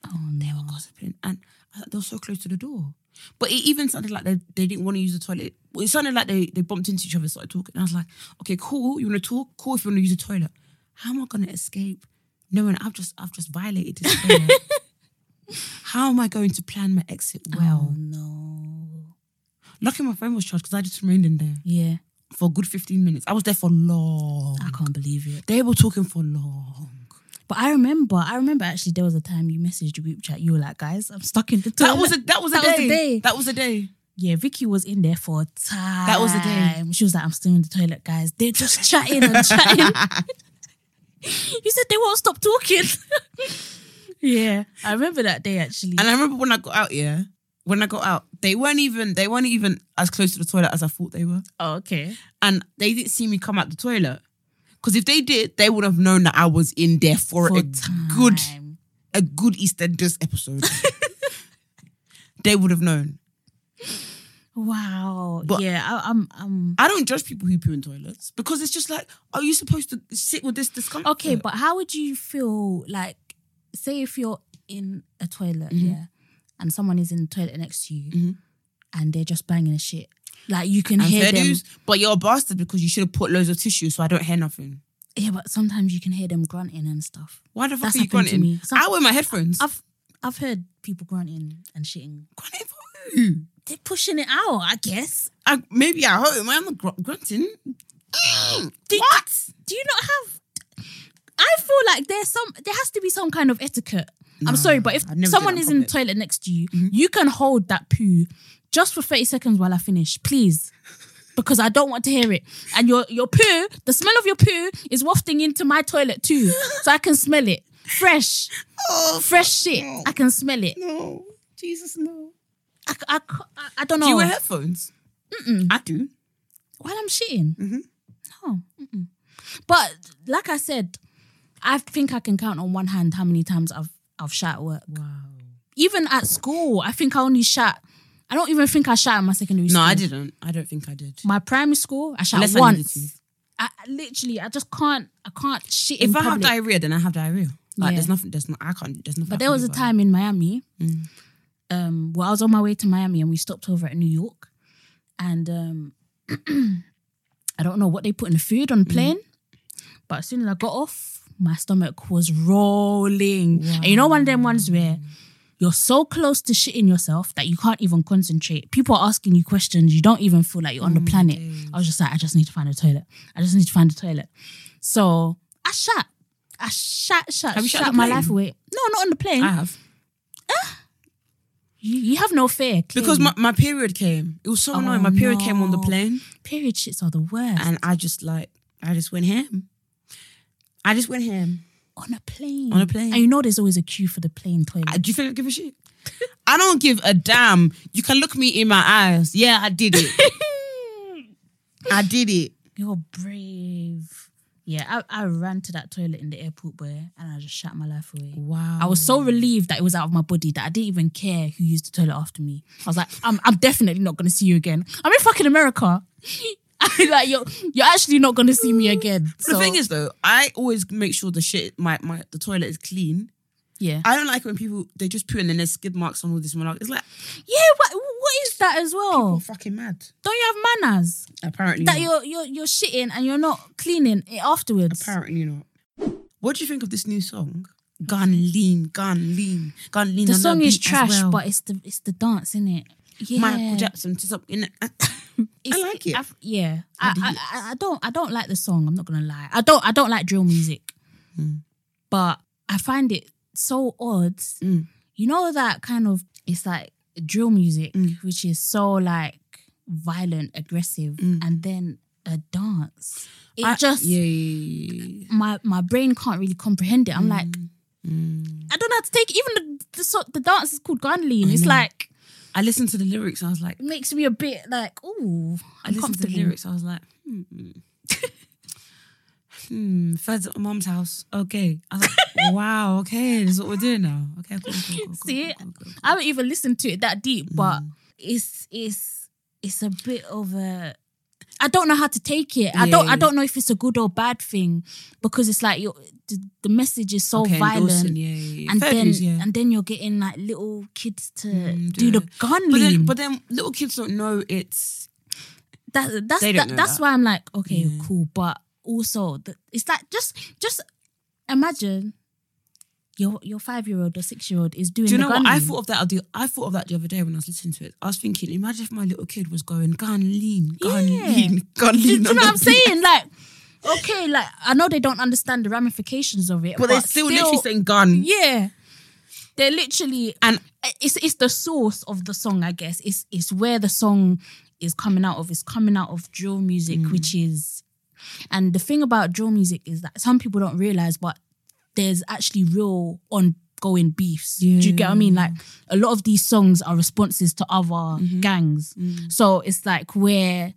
Speaker 2: Oh no.
Speaker 1: Gossiping, and I- they were so close to the door. But it even sounded like they, they didn't want to use the toilet. Well, It sounded like they, they bumped into each other, and started talking. And I was like, okay, cool. You want to talk? Cool. If you want to use the toilet, how am I gonna escape? Knowing I've just I've just violated this toilet. how am I going to plan my exit well?
Speaker 2: Oh no.
Speaker 1: Luckily, my phone was charged because I just remained in there
Speaker 2: Yeah.
Speaker 1: for a good 15 minutes. I was there for long.
Speaker 2: I can't believe it.
Speaker 1: They were talking for long.
Speaker 2: But I remember, I remember actually there was a time you messaged the group chat. You were like, guys, I'm stuck in the toilet.
Speaker 1: That was a that was a,
Speaker 2: That
Speaker 1: day.
Speaker 2: was the day.
Speaker 1: That was a day.
Speaker 2: yeah, Vicky was in there for a time.
Speaker 1: was the day.
Speaker 2: She was like, I'm still in the toilet, guys. They're just chatting and chatting. you said they won't stop talking. yeah. I remember that day actually.
Speaker 1: And I remember when I got out, yeah. When I got out, they weren't even they weren't even as close to the toilet as I thought they were.
Speaker 2: oh, okay.
Speaker 1: And they didn't see me come out the toilet. Cause if they did, they would have known that I was in there for,
Speaker 2: For
Speaker 1: a
Speaker 2: time.
Speaker 1: good a good EastEnders episode. they would have known.
Speaker 2: Wow.
Speaker 1: But-
Speaker 2: yeah, I, I'm I'm
Speaker 1: I don't judge people who poo in toilets because it's just like, are you supposed to sit with this discomfort?
Speaker 2: Okay, but how would you feel like, say, if you're in a toilet,
Speaker 1: Mm-hmm.
Speaker 2: yeah, and someone is in the toilet next to you, and they're just banging a shit, like you can
Speaker 1: Mm-hmm. And
Speaker 2: hear
Speaker 1: fair
Speaker 2: them.
Speaker 1: dues, but you're a bastard because you should have put loads of tissue so I don't hear nothing.
Speaker 2: Yeah, but sometimes you can hear them grunting and stuff.
Speaker 1: Why the fuck
Speaker 2: That's
Speaker 1: are you
Speaker 2: happened to
Speaker 1: grunting?
Speaker 2: me. Some-
Speaker 1: I wear my headphones.
Speaker 2: I've I've heard people grunting and shitting.
Speaker 1: grunting for who?
Speaker 2: They're pushing it out, I guess.
Speaker 1: I, maybe at home I'm not gr- grunting.
Speaker 2: Do,
Speaker 1: What?
Speaker 2: Do you not have? I feel like there's some. There has to be some kind of etiquette. I'm sorry, but if
Speaker 1: I'd never do
Speaker 2: someone
Speaker 1: that in
Speaker 2: is in the
Speaker 1: public. Mm-hmm.
Speaker 2: toilet next to you, you can hold that poo just for 30 seconds while I finish, please. Because I don't want to hear it. And your your poo, the smell of your poo is wafting into my toilet too. So I can smell it. Fresh. Fresh shit. I can smell it.
Speaker 1: Oh, No, Jesus, no. Oh.
Speaker 2: I, c- I, c- I- I don't
Speaker 1: Do you
Speaker 2: know.
Speaker 1: wear headphones? I do.
Speaker 2: while I'm shitting.
Speaker 1: Mm-hmm.
Speaker 2: No. mm-mm. But like I said, I think I can count on one hand how many times I've I've shat at work.
Speaker 1: Wow.
Speaker 2: Even at school, I think I only shat. I don't even think I shat in my secondary
Speaker 1: No,
Speaker 2: school.
Speaker 1: I didn't. I don't think I did.
Speaker 2: My primary school, I shat
Speaker 1: Unless I
Speaker 2: once.
Speaker 1: needed
Speaker 2: I, I literally, I just can't. I can't shit
Speaker 1: If
Speaker 2: in
Speaker 1: I have
Speaker 2: public.
Speaker 1: diarrhea, then I have diarrhea. Like
Speaker 2: Yeah.
Speaker 1: there's nothing. There's no. I can't. There's nothing. I can
Speaker 2: But there was
Speaker 1: do
Speaker 2: a
Speaker 1: about it.
Speaker 2: time in Miami.
Speaker 1: Mm.
Speaker 2: Um, well, I was on my way to Miami and we stopped over at New York, and um, I don't know what they put in the food on the
Speaker 1: Mm.
Speaker 2: plane, but as soon as I got off, my stomach was rolling. And you know, one of them ones where you're so close to shitting yourself that you can't even concentrate. People are asking you questions. You don't even feel like you're on the
Speaker 1: Mm,
Speaker 2: planet. I was just like, I just need to find a toilet. I just need to find a toilet. So I shat. I shat, shat,
Speaker 1: Have you shat
Speaker 2: shat
Speaker 1: on the
Speaker 2: my
Speaker 1: plane?
Speaker 2: life away. No, not on the plane.
Speaker 1: I have
Speaker 2: You, you have no fear.
Speaker 1: because
Speaker 2: clearly.
Speaker 1: my, my period came. It was so annoying. My period came on the
Speaker 2: no.
Speaker 1: plane.
Speaker 2: period
Speaker 1: Ah.
Speaker 2: shits are the worst.
Speaker 1: and I just like I just went ham. I just went ham.
Speaker 2: on a plane.
Speaker 1: On a plane. Ah.
Speaker 2: And you know there's always a queue for the plane toilet.
Speaker 1: I- Do you think I give a shit? I don't give a damn. You can look me in my eyes. Yeah, I did it. I did it.
Speaker 2: You're brave. Yeah, I, I ran to that toilet in the airport, boy, and I just shut my life away.
Speaker 1: Wow.
Speaker 2: I was so relieved that it was out of my body that I didn't even care who used the toilet after me. I was like, I'm, I'm definitely not going to see you again. I'm in fucking America. I'm like, you're, you're actually not going to see me again.
Speaker 1: the thing is though, I always make sure the shit my, my the toilet is clean.
Speaker 2: yeah.
Speaker 1: I don't like when people they just poo and then there's skid marks on all this. Like, it's like
Speaker 2: yeah, what, what is that as well?
Speaker 1: oh fucking mad.
Speaker 2: Don't you have manners?
Speaker 1: Apparently
Speaker 2: That
Speaker 1: not.
Speaker 2: you're, you're, you're shitting and you're not cleaning it afterwards.
Speaker 1: Apparently not. What do you think of this new song? Gun lean, gun lean, gun lean.
Speaker 2: The
Speaker 1: on
Speaker 2: song
Speaker 1: beat
Speaker 2: is
Speaker 1: as
Speaker 2: trash,
Speaker 1: well.
Speaker 2: but it's the it's the dance, isn't it? Yeah.
Speaker 1: Michael Jackson to something. I like it.
Speaker 2: I've- yeah, I, I, I, I don't I don't like the song. I'm not gonna lie. I don't I don't like drill music,
Speaker 1: Hmm.
Speaker 2: but I find it so odd.
Speaker 1: Mm.
Speaker 2: You know that kind of it's like drill music,
Speaker 1: Mm.
Speaker 2: which is so like violent, aggressive,
Speaker 1: Mm.
Speaker 2: and then a dance. It
Speaker 1: I-
Speaker 2: just
Speaker 1: yeah, yeah, yeah, yeah.
Speaker 2: my my brain can't really comprehend it. I'm like,
Speaker 1: Mm.
Speaker 2: I don't know how to take even the the, so- the dance is called Gunlean. It's like
Speaker 1: I listened to the lyrics. I was like,
Speaker 2: it makes me a bit like, ooh,
Speaker 1: I listened to the
Speaker 2: uncomfortable.
Speaker 1: lyrics. I was like, hmm. hmm. Feds at my mom's house. Okay. I was like, wow. Okay, this is what we're doing now. Okay, cool, cool, cool, cool,
Speaker 2: See it?
Speaker 1: cool, cool, cool.
Speaker 2: I haven't even listened to it that deep,
Speaker 1: Mm.
Speaker 2: but it's it's it's a bit of a. I don't know how to take it. I don't.
Speaker 1: Yeah.
Speaker 2: I don't know if it's a good or bad thing because it's like you're, the, the message is so
Speaker 1: Okay,
Speaker 2: violent,
Speaker 1: endorsing, yeah, yeah, yeah.
Speaker 2: and
Speaker 1: Fair
Speaker 2: then
Speaker 1: dues, yeah.
Speaker 2: and then you're getting like little kids to
Speaker 1: Mm,
Speaker 2: do
Speaker 1: do
Speaker 2: the
Speaker 1: it.
Speaker 2: gun
Speaker 1: but
Speaker 2: lean.
Speaker 1: then, but then little kids don't know it's
Speaker 2: that, that's
Speaker 1: They
Speaker 2: that,
Speaker 1: don't know
Speaker 2: that's
Speaker 1: that.
Speaker 2: why I'm like, okay,
Speaker 1: Yeah.
Speaker 2: cool. But also, the, it's like just just imagine your your five year old or six year old is doing.
Speaker 1: Do you
Speaker 2: the
Speaker 1: know what?
Speaker 2: gun
Speaker 1: I
Speaker 2: lean.
Speaker 1: thought of that. The, I thought of that the other day when I was listening to it. I was thinking, imagine if my little kid was going gun lean, gun
Speaker 2: Yeah.
Speaker 1: lean, gun
Speaker 2: Do, do
Speaker 1: lean.
Speaker 2: you know
Speaker 1: on
Speaker 2: what
Speaker 1: the
Speaker 2: I'm
Speaker 1: beat."
Speaker 2: saying? Like, okay, like I know they don't understand the ramifications of it,
Speaker 1: But they're still, literally saying gun.
Speaker 2: yeah. They're literally,
Speaker 1: And
Speaker 2: it's it's the source of the song, I guess. It's it's where the song is coming out of. It's coming out of drill music, which is, and the thing about drill music is that some people don't realize, but there's actually real ongoing beefs. Do you get what I mean? Like a lot of these songs are responses to other gangs, so it's like where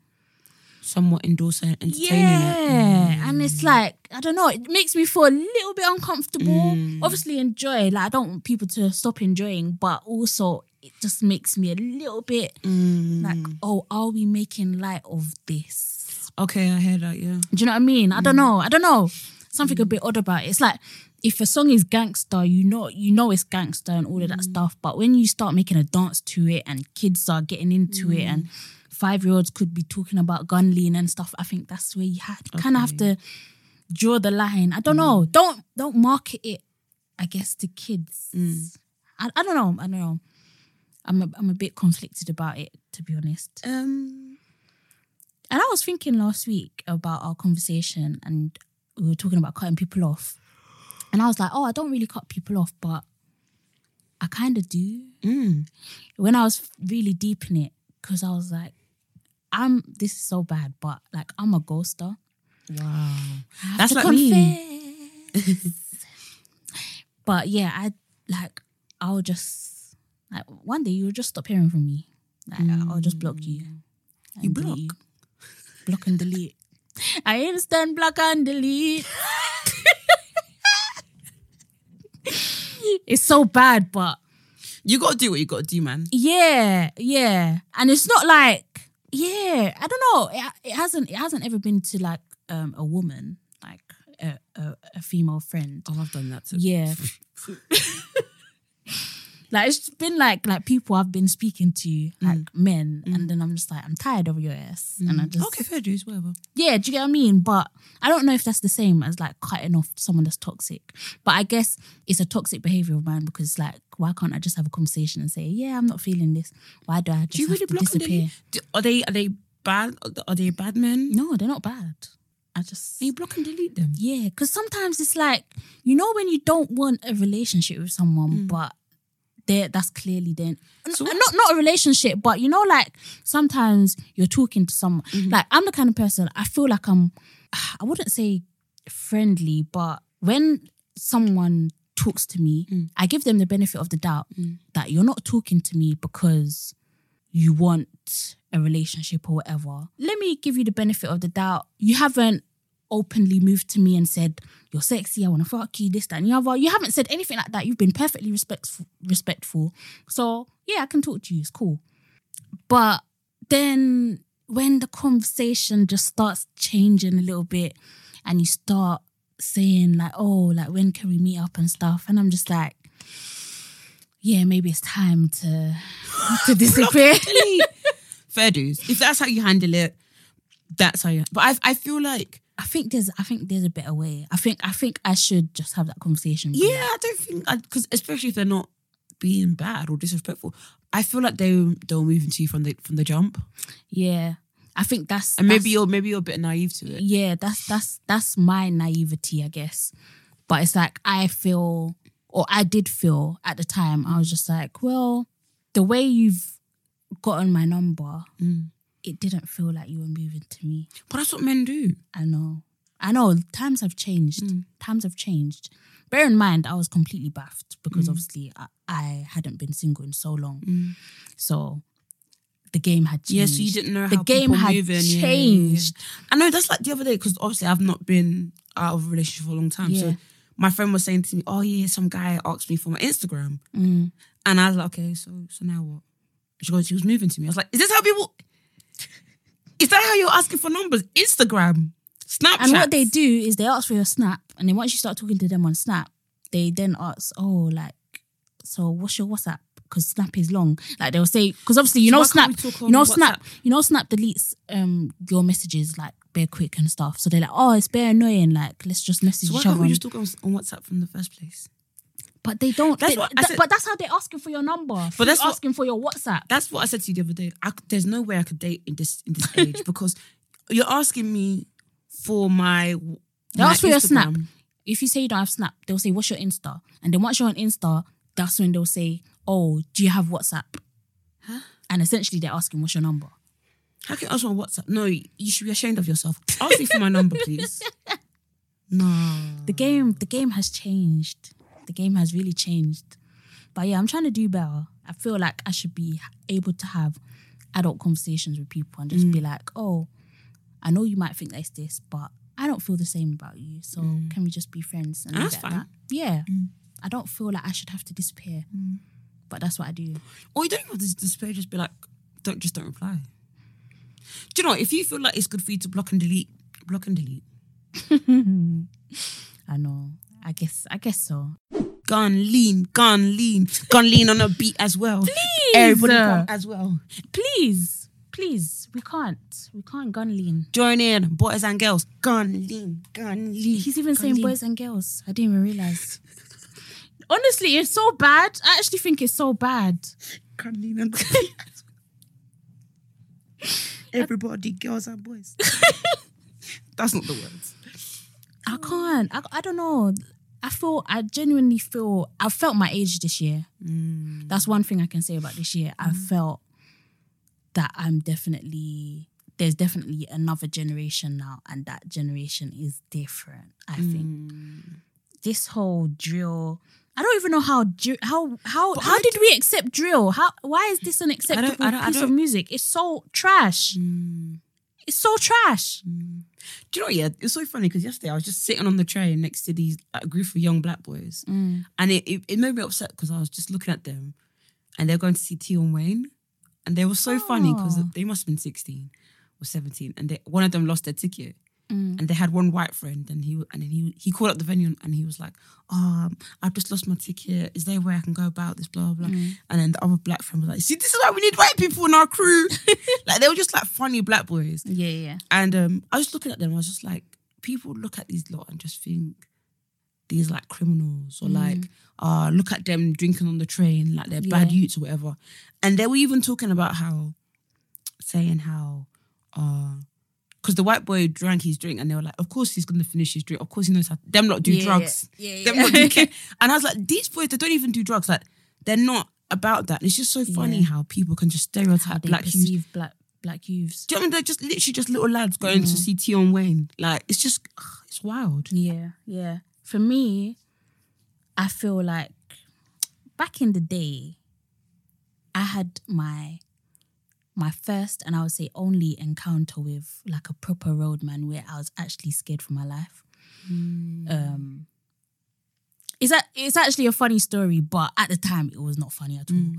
Speaker 1: somewhat endorsing and entertaining it.
Speaker 2: yeah, and it's like I don't know. It makes me feel a little bit uncomfortable.
Speaker 1: Mm.
Speaker 2: Obviously, enjoy. Like I don't want people to stop enjoying, but also it just makes me a little bit
Speaker 1: Mm.
Speaker 2: like, oh, are we making light of this?
Speaker 1: Okay, I hear that. Yeah.
Speaker 2: Do you know what I mean? I don't know. I don't know. Something a bit odd about it. It's like if a song is gangster, you know, you know it's gangster and all of that stuff. But when you start making a dance to it, and kids are getting into it, and five year olds could be talking about gun lean and stuff, I think that's where you ha- kind of have to draw the line. I don't know. Don't don't market it. I guess to kids. I, I don't know. I don't know. I'm a, I'm a bit conflicted about it to be honest.
Speaker 1: Um.
Speaker 2: And I was thinking last week about our conversation, and we were talking about cutting people off. And I was like, oh, I don't really cut people off, but I kind of do.
Speaker 1: mm.
Speaker 2: When I was really deep in it, because I was like, I'm this is so bad, but like I'm a ghoster.
Speaker 1: Wow.
Speaker 2: I have
Speaker 1: That's
Speaker 2: to
Speaker 1: like me.
Speaker 2: confess. but yeah, I like I'll just like one day you'll just stop hearing from me. Like I'll just block you. and
Speaker 1: Mm. block?
Speaker 2: delete block and delete. I instant block and delete. it's so bad, but
Speaker 1: You gotta do what you gotta do, man.
Speaker 2: yeah, yeah, and it's not like yeah. I don't know. It, it hasn't. It hasn't ever been to like um, a woman, like a, a, a female friend.
Speaker 1: Oh, I've done that too.
Speaker 2: Yeah. like it's been like like people I've been speaking to, like men, and then I'm just like, I'm tired of your ass. And I just
Speaker 1: Mm. Okay, fair dues, whatever.
Speaker 2: Yeah, do you get what I mean? But I don't know if that's the same as like cutting off someone that's toxic. But I guess it's a toxic behaviour of mine because like why can't I just have a conversation and say, Yeah, I'm not feeling this. Why do I just
Speaker 1: Do you
Speaker 2: have
Speaker 1: really
Speaker 2: to
Speaker 1: block
Speaker 2: disappear?
Speaker 1: them? Do, are they are they bad? Are they bad men?
Speaker 2: No, they're not bad. I just
Speaker 1: You block and delete them.
Speaker 2: Yeah, because sometimes it's like you know when you don't want a relationship with someone, but there that's clearly then
Speaker 1: Mm. So
Speaker 2: N-
Speaker 1: what-
Speaker 2: not not a relationship, but you know like sometimes you're talking to someone.
Speaker 1: Mm-hmm.
Speaker 2: Like I'm the kind of person I feel like I'm. I wouldn't say friendly, but when someone talks to me,
Speaker 1: Mm.
Speaker 2: I give them the benefit of the doubt
Speaker 1: Mm.
Speaker 2: that you're not talking to me because you want a relationship or whatever. Let me give you the benefit of the doubt. You haven't openly moved to me and said, You're sexy, I wanna fuck you, this, that, and the other. You haven't said anything like that. You've been perfectly respectful respectful. So yeah, I can talk to you, it's cool. But then when the conversation just starts changing a little bit and you start saying like, oh, like when can we meet up and stuff? And I'm just like, yeah, maybe it's time to to disappear.
Speaker 1: Fair dues. If that's how you handle it, that's how you. But I, I feel like
Speaker 2: I think there's I think there's a better way. I think I think I should just have that conversation. with
Speaker 1: yeah, I don't think because especially if they're not being bad or disrespectful, I feel like they they'll move into you from the from the jump,
Speaker 2: you. yeah. I think that's
Speaker 1: and maybe
Speaker 2: that's-
Speaker 1: you're maybe you're a bit naive to it.
Speaker 2: yeah that's that's that's my naivety i guess but it's like i feel or i did feel at the time i was just like well the way you've gotten my number
Speaker 1: Mm.
Speaker 2: it didn't feel like you were moving to me
Speaker 1: But that's what men do.
Speaker 2: i know i know times have changed
Speaker 1: Mm.
Speaker 2: times have changed bear in mind i was completely baffed
Speaker 1: Mm.
Speaker 2: because obviously I, I hadn't been single in so long so the game had changed
Speaker 1: Yeah, so Mm. you didn't know
Speaker 2: Mm. the
Speaker 1: how
Speaker 2: game
Speaker 1: people
Speaker 2: had
Speaker 1: move in, yeah, yeah, yeah.
Speaker 2: changed
Speaker 1: I know that's like the other day because obviously I've not been out of a relationship for a long time.
Speaker 2: Yeah.
Speaker 1: So my friend was saying to me, "Oh yeah, some guy asked me for my Instagram,"
Speaker 2: Mm.
Speaker 1: and I was like, "Okay, so so now what?" She goes, "He was moving to me." I was like, "Is this how people? Is that how you're asking for numbers? Instagram, Snapchat?"
Speaker 2: And what they do is they ask for your snap, and then once you start talking to them on Snap, they then ask, "Oh, like, so what's your WhatsApp?" Because Snap is long. Like they'll say, because obviously you
Speaker 1: So
Speaker 2: know
Speaker 1: why
Speaker 2: Snap,
Speaker 1: can't we talk
Speaker 2: you know
Speaker 1: on
Speaker 2: Snap, you know Snap deletes um your messages like bare quick and stuff. So they're like, "Oh, it's bare annoying. Like, let's just message
Speaker 1: So why
Speaker 2: each other."
Speaker 1: can't we
Speaker 2: on-"
Speaker 1: just talk on, on WhatsApp from the first place?
Speaker 2: but they don't.
Speaker 1: That's
Speaker 2: they-
Speaker 1: what I
Speaker 2: that-
Speaker 1: said-
Speaker 2: but that's how they're asking for your number. But
Speaker 1: that's
Speaker 2: that's
Speaker 1: what-
Speaker 2: asking for your WhatsApp.
Speaker 1: That's what I said to you the other day. I, c- there's no way I could date in this in this age because you're asking me for my.
Speaker 2: They
Speaker 1: my
Speaker 2: ask for your Snap.
Speaker 1: Instagram.
Speaker 2: if you say you don't have Snap, they'll say, What's your Insta? And then once you're on Insta, that's when they'll say, Oh, do you have WhatsApp? And essentially they're asking, What's your number?
Speaker 1: How can you ask me on WhatsApp? No, you should be ashamed of yourself. Ask me for my number, please. No.
Speaker 2: The game, the game has changed. The game has really changed. But yeah, I'm trying to do better. I feel like I should be able to have adult conversations with people and
Speaker 1: Mm.
Speaker 2: just be like, Oh, I know you might think that it's this, but I don't feel the same about you. So can we just be friends? And
Speaker 1: And
Speaker 2: leave
Speaker 1: Mm. Ah, that's
Speaker 2: it at
Speaker 1: fine. Mm.
Speaker 2: that? Yeah. I don't feel like I should have to disappear. But that's what I do.
Speaker 1: Or you don't even have to despair, just be like, don't just don't reply. Do you know what? if you feel like it's good for you to block and delete, block and delete.
Speaker 2: I know. I guess. I guess so.
Speaker 1: Gun lean, gun lean, gun lean on a beat as well. Please. Everybody come as well.
Speaker 2: Please, please, we can't. We can't gun lean.
Speaker 1: Join in, boys and girls. Gun lean, gun lean.
Speaker 2: He's even
Speaker 1: gun
Speaker 2: saying
Speaker 1: lean.
Speaker 2: boys and girls. I didn't even realize. Honestly, it's so bad. I actually think it's so bad.
Speaker 1: Gun lean and gun lean. Everybody, girls and boys. That's not the words.
Speaker 2: I can't. I, I don't know. I feel. I genuinely feel. I felt my age this year.
Speaker 1: Mm.
Speaker 2: That's one thing I can say about this year. I felt that I'm definitely. There's definitely another generation now, and that generation is different. I think.
Speaker 1: Mm.
Speaker 2: this whole drill. I don't even know how dri- how how
Speaker 1: But
Speaker 2: how
Speaker 1: I
Speaker 2: did we accept drill? How why is this an acceptable
Speaker 1: I don't- I
Speaker 2: piece of
Speaker 1: don't- Mm.
Speaker 2: music? It's so trash. It's so trash.
Speaker 1: Do you know? what, Yeah, it's so funny because yesterday I was just sitting on the train next to these like, a group of young black boys,
Speaker 2: Mm.
Speaker 1: and it, it, it made me upset because I was just looking at them, and they're going to see T and Wayne, and they were so funny because
Speaker 2: Oh.
Speaker 1: they must have been sixteen or seventeen, and they, one of them lost their ticket, and they had one white friend, and he and then he he called up the venue and he was like, "Um, I've just lost my ticket. Is there a way I can go about this?" Blah blah. blah. And then the other black friend was like, "See, this is why we need white people in our crew." like they were just like funny black boys.
Speaker 2: Yeah, yeah.
Speaker 1: And um, I was looking at them. I was just like, people look at these lot and just think these like criminals
Speaker 2: Mm.
Speaker 1: or like, uh, look at them drinking on the train, like they're bad
Speaker 2: Yeah.
Speaker 1: youths or whatever. And they were even talking about how, saying how, because the white boy drank his drink and they were like, of course he's going to finish his drink. Of course he knows how. Them lot do
Speaker 2: Yeah,
Speaker 1: drugs.
Speaker 2: yeah. Yeah,
Speaker 1: Them
Speaker 2: yeah.
Speaker 1: lot do care. And I was like, these boys, they don't even do drugs. Like, they're not about that. And it's just so funny
Speaker 2: Yeah.
Speaker 1: how people can just stereotype
Speaker 2: They
Speaker 1: black youths
Speaker 2: perceive black black youths.
Speaker 1: do you know what I mean? They're just literally just little lads going to see Tion Wayne. Like it's just ugh, it's wild.
Speaker 2: Yeah, yeah. For me, I feel like back in the day, I had my my first and I would say only encounter with like a proper roadman where I was actually scared for my life. Um, it's a, it's actually a funny story, but at the time it was not funny at all.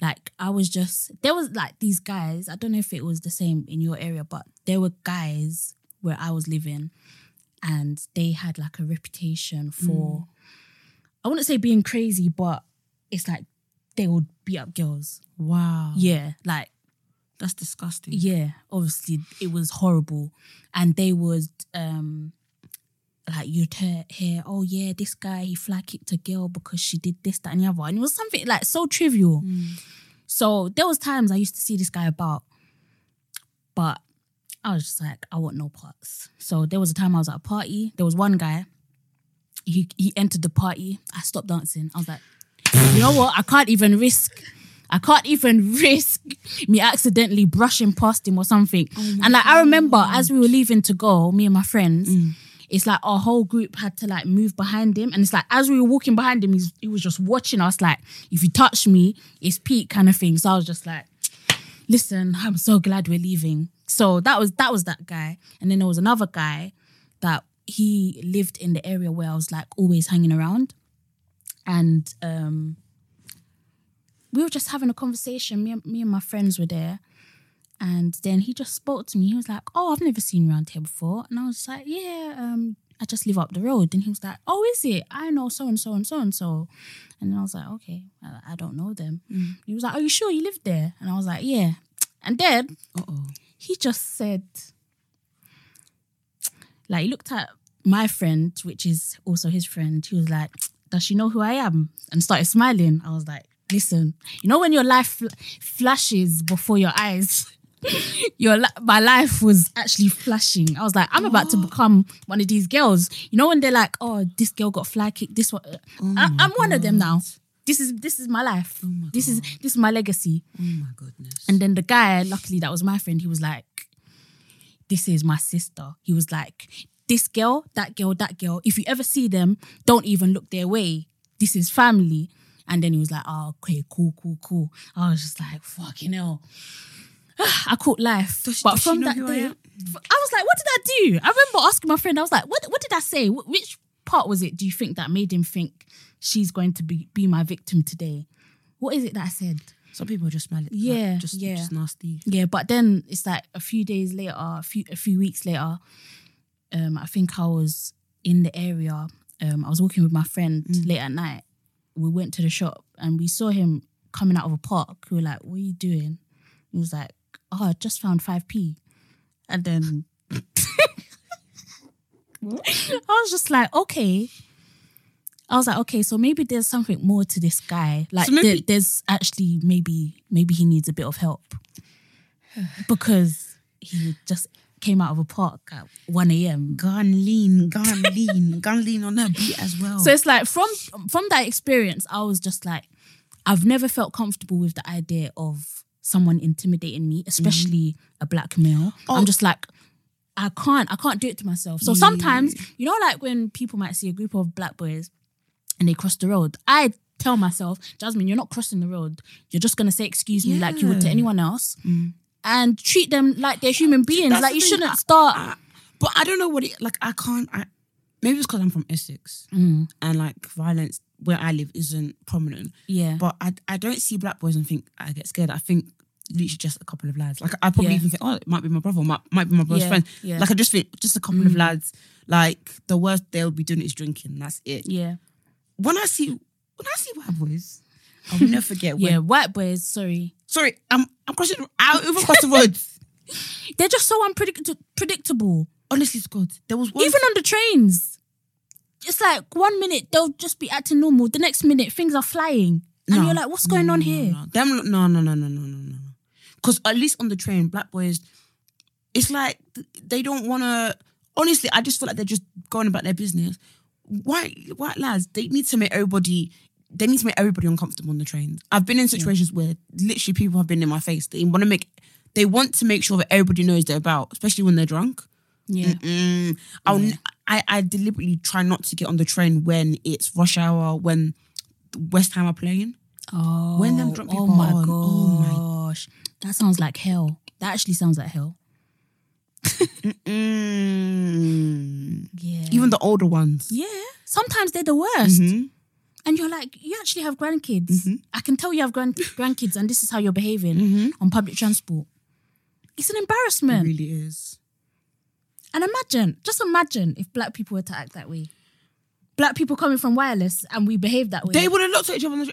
Speaker 2: Like I was just there was like these guys. I don't know if it was the same in your area, but there were guys where I was living, and they had like a reputation for. I wouldn't say being crazy, but it's like they would beat up girls.
Speaker 1: Wow.
Speaker 2: Yeah, like
Speaker 1: That's disgusting.
Speaker 2: yeah, obviously it was horrible, and they would um like you'd hear, hear oh yeah, this guy he fly kicked a girl because she did this that and the other, and it was something like so trivial. So there was times I used to see this guy about, but I was just like I want no parts. So there was a time I was at a party. There was one guy. He he entered the party. I stopped dancing. I was like, you know what? I can't even risk. I can't even risk me accidentally brushing past him or something. and like I remember as we were leaving to go, me and my friends, it's like our whole group had to like move behind him. And it's like as we were walking behind him, he's, he was just watching us like, if you touch me, it's Pete kind of thing. So I was just like, listen, I'm so glad we're leaving. So that was that was that guy. And then there was another guy that he lived in the area where I was like always hanging around. And um we were just having a conversation. Me, and- me and my friends were there. And then he just spoke to me. He was like, Oh, I've never seen you around here before. And I was like, Yeah, um, I just live up the road. And he was like, Oh, is it? I know so and so and so and so. And I was like, Okay, I, I don't know them. He was like, Are you sure you live there? And I was like, Yeah. And then
Speaker 1: Uh oh.
Speaker 2: he just said, like, he looked at my friend, which is also his friend. He was like, Does she know who I am? And started smiling. I was like, Listen, you know, when your life fl- flashes before your eyes, your li- my life was actually flashing. I was like, I'm about to become one of these girls. You know, when they're like, Oh, this girl got fly kicked, this one. I- I'm one of them now. This is this is my life. this is this is my legacy.
Speaker 1: Oh my goodness.
Speaker 2: And then the guy, luckily that was my friend, he was like, This is my sister. He was like, This girl, that girl, that girl, if you ever see them, don't even look their way. This is family. And then he was like, Oh, okay, cool, cool, cool. I was just like, Fucking hell. I caught life.
Speaker 1: Does she-
Speaker 2: but
Speaker 1: does she
Speaker 2: from
Speaker 1: know
Speaker 2: that
Speaker 1: who I
Speaker 2: day, I,
Speaker 1: am?
Speaker 2: was like, What did I do? I remember asking my friend, I was like, What, what did I say? Wh- Which part was it do you think that made him think she's going to be, be my victim today? What is it that I said?
Speaker 1: Some people are just smell it. like,
Speaker 2: Yeah,
Speaker 1: just,
Speaker 2: yeah.
Speaker 1: just nasty.
Speaker 2: Yeah, but then it's like a few days later, a few a few weeks later, um, I think I was in the area. Um, I was walking with my friend late at night. We went to the shop and we saw him coming out of a park. We were like, "What are you doing?" He was like, "Oh, I just found five p," and then I was just like, "Okay." I was like, okay, so maybe there's something more to this guy. Like,
Speaker 1: So maybe-
Speaker 2: there- there's actually maybe maybe he needs a bit of help because he just came out of a park at 1 a.m.
Speaker 1: Gun lean, gun lean, gun lean on that beat as well.
Speaker 2: So it's like from from that experience, I was just like, I've never felt comfortable with the idea of someone intimidating me, especially a black male.
Speaker 1: Oh.
Speaker 2: I'm just like, I can't, I can't do it to myself. So sometimes, you know, like when people might see a group of black boys and they cross the road, I tell myself, Jasmine, you're not crossing the road. You're just gonna say excuse me like you would to
Speaker 1: Yeah. Mm.
Speaker 2: anyone else. And treat them like they're human beings.
Speaker 1: That's
Speaker 2: like
Speaker 1: the
Speaker 2: you
Speaker 1: thing. Ah.
Speaker 2: shouldn't start.
Speaker 1: I- but I don't know what it like. I can't. I maybe it's because I'm from Essex
Speaker 2: Mm,
Speaker 1: and like violence where I live isn't prominent.
Speaker 2: yeah.
Speaker 1: But I I don't see black boys and think I get scared. I think literally just a couple of lads. Like I probably
Speaker 2: Yeah.
Speaker 1: even think oh it might be my brother, might might be my brother's
Speaker 2: Yeah,
Speaker 1: friend.
Speaker 2: yeah. Mm.
Speaker 1: Like I just think just a couple of lads. Like the worst they'll be doing is drinking. That's it.
Speaker 2: yeah.
Speaker 1: When I see when I see white boys, I will never forget. When,
Speaker 2: Yeah. White boys, sorry.
Speaker 1: Sorry, I'm I'm crossing. the- I even crossed the road.
Speaker 2: They're just so unpredict- predictable.
Speaker 1: Honestly, to God, there was one.
Speaker 2: Even on the trains. It's like one minute they'll just be acting normal. The next minute things are flying. And
Speaker 1: No.
Speaker 2: you're like, what's
Speaker 1: No,
Speaker 2: going
Speaker 1: no,
Speaker 2: on
Speaker 1: no,
Speaker 2: here?
Speaker 1: No. Them, no, no, no, no, no, no, no. Because at least on the train, black boys, it's like th- they don't want to. Honestly, I just feel like they're just going about their business. White white lads, they need to make everybody. They need to make everybody uncomfortable on the trains. I've been in situations where literally people have been in my face. They want to make. They want to make sure that everybody knows they're about, especially when they're drunk.
Speaker 2: Yeah. Mm,
Speaker 1: Mm-mm. I'll, n- I I deliberately try not to get on the train when it's rush hour when West Ham are playing.
Speaker 2: Oh,
Speaker 1: When them drunk
Speaker 2: oh
Speaker 1: people
Speaker 2: my
Speaker 1: on,
Speaker 2: gosh.
Speaker 1: oh
Speaker 2: That sounds like hell. That actually sounds like hell.
Speaker 1: Mm.
Speaker 2: Yeah.
Speaker 1: Even the older ones.
Speaker 2: yeah. Sometimes they're the worst.
Speaker 1: Mhm.
Speaker 2: And you're like, you actually have grandkids.
Speaker 1: Mm-hmm.
Speaker 2: I can tell you have grand- grandkids, and this is how you're behaving
Speaker 1: Mm-hmm.
Speaker 2: on public transport. It's an
Speaker 1: It
Speaker 2: embarrassment.
Speaker 1: really is.
Speaker 2: And imagine, just imagine if black people were to act that way. Black people coming from wireless and we behave that way.
Speaker 1: They would have looked at each other and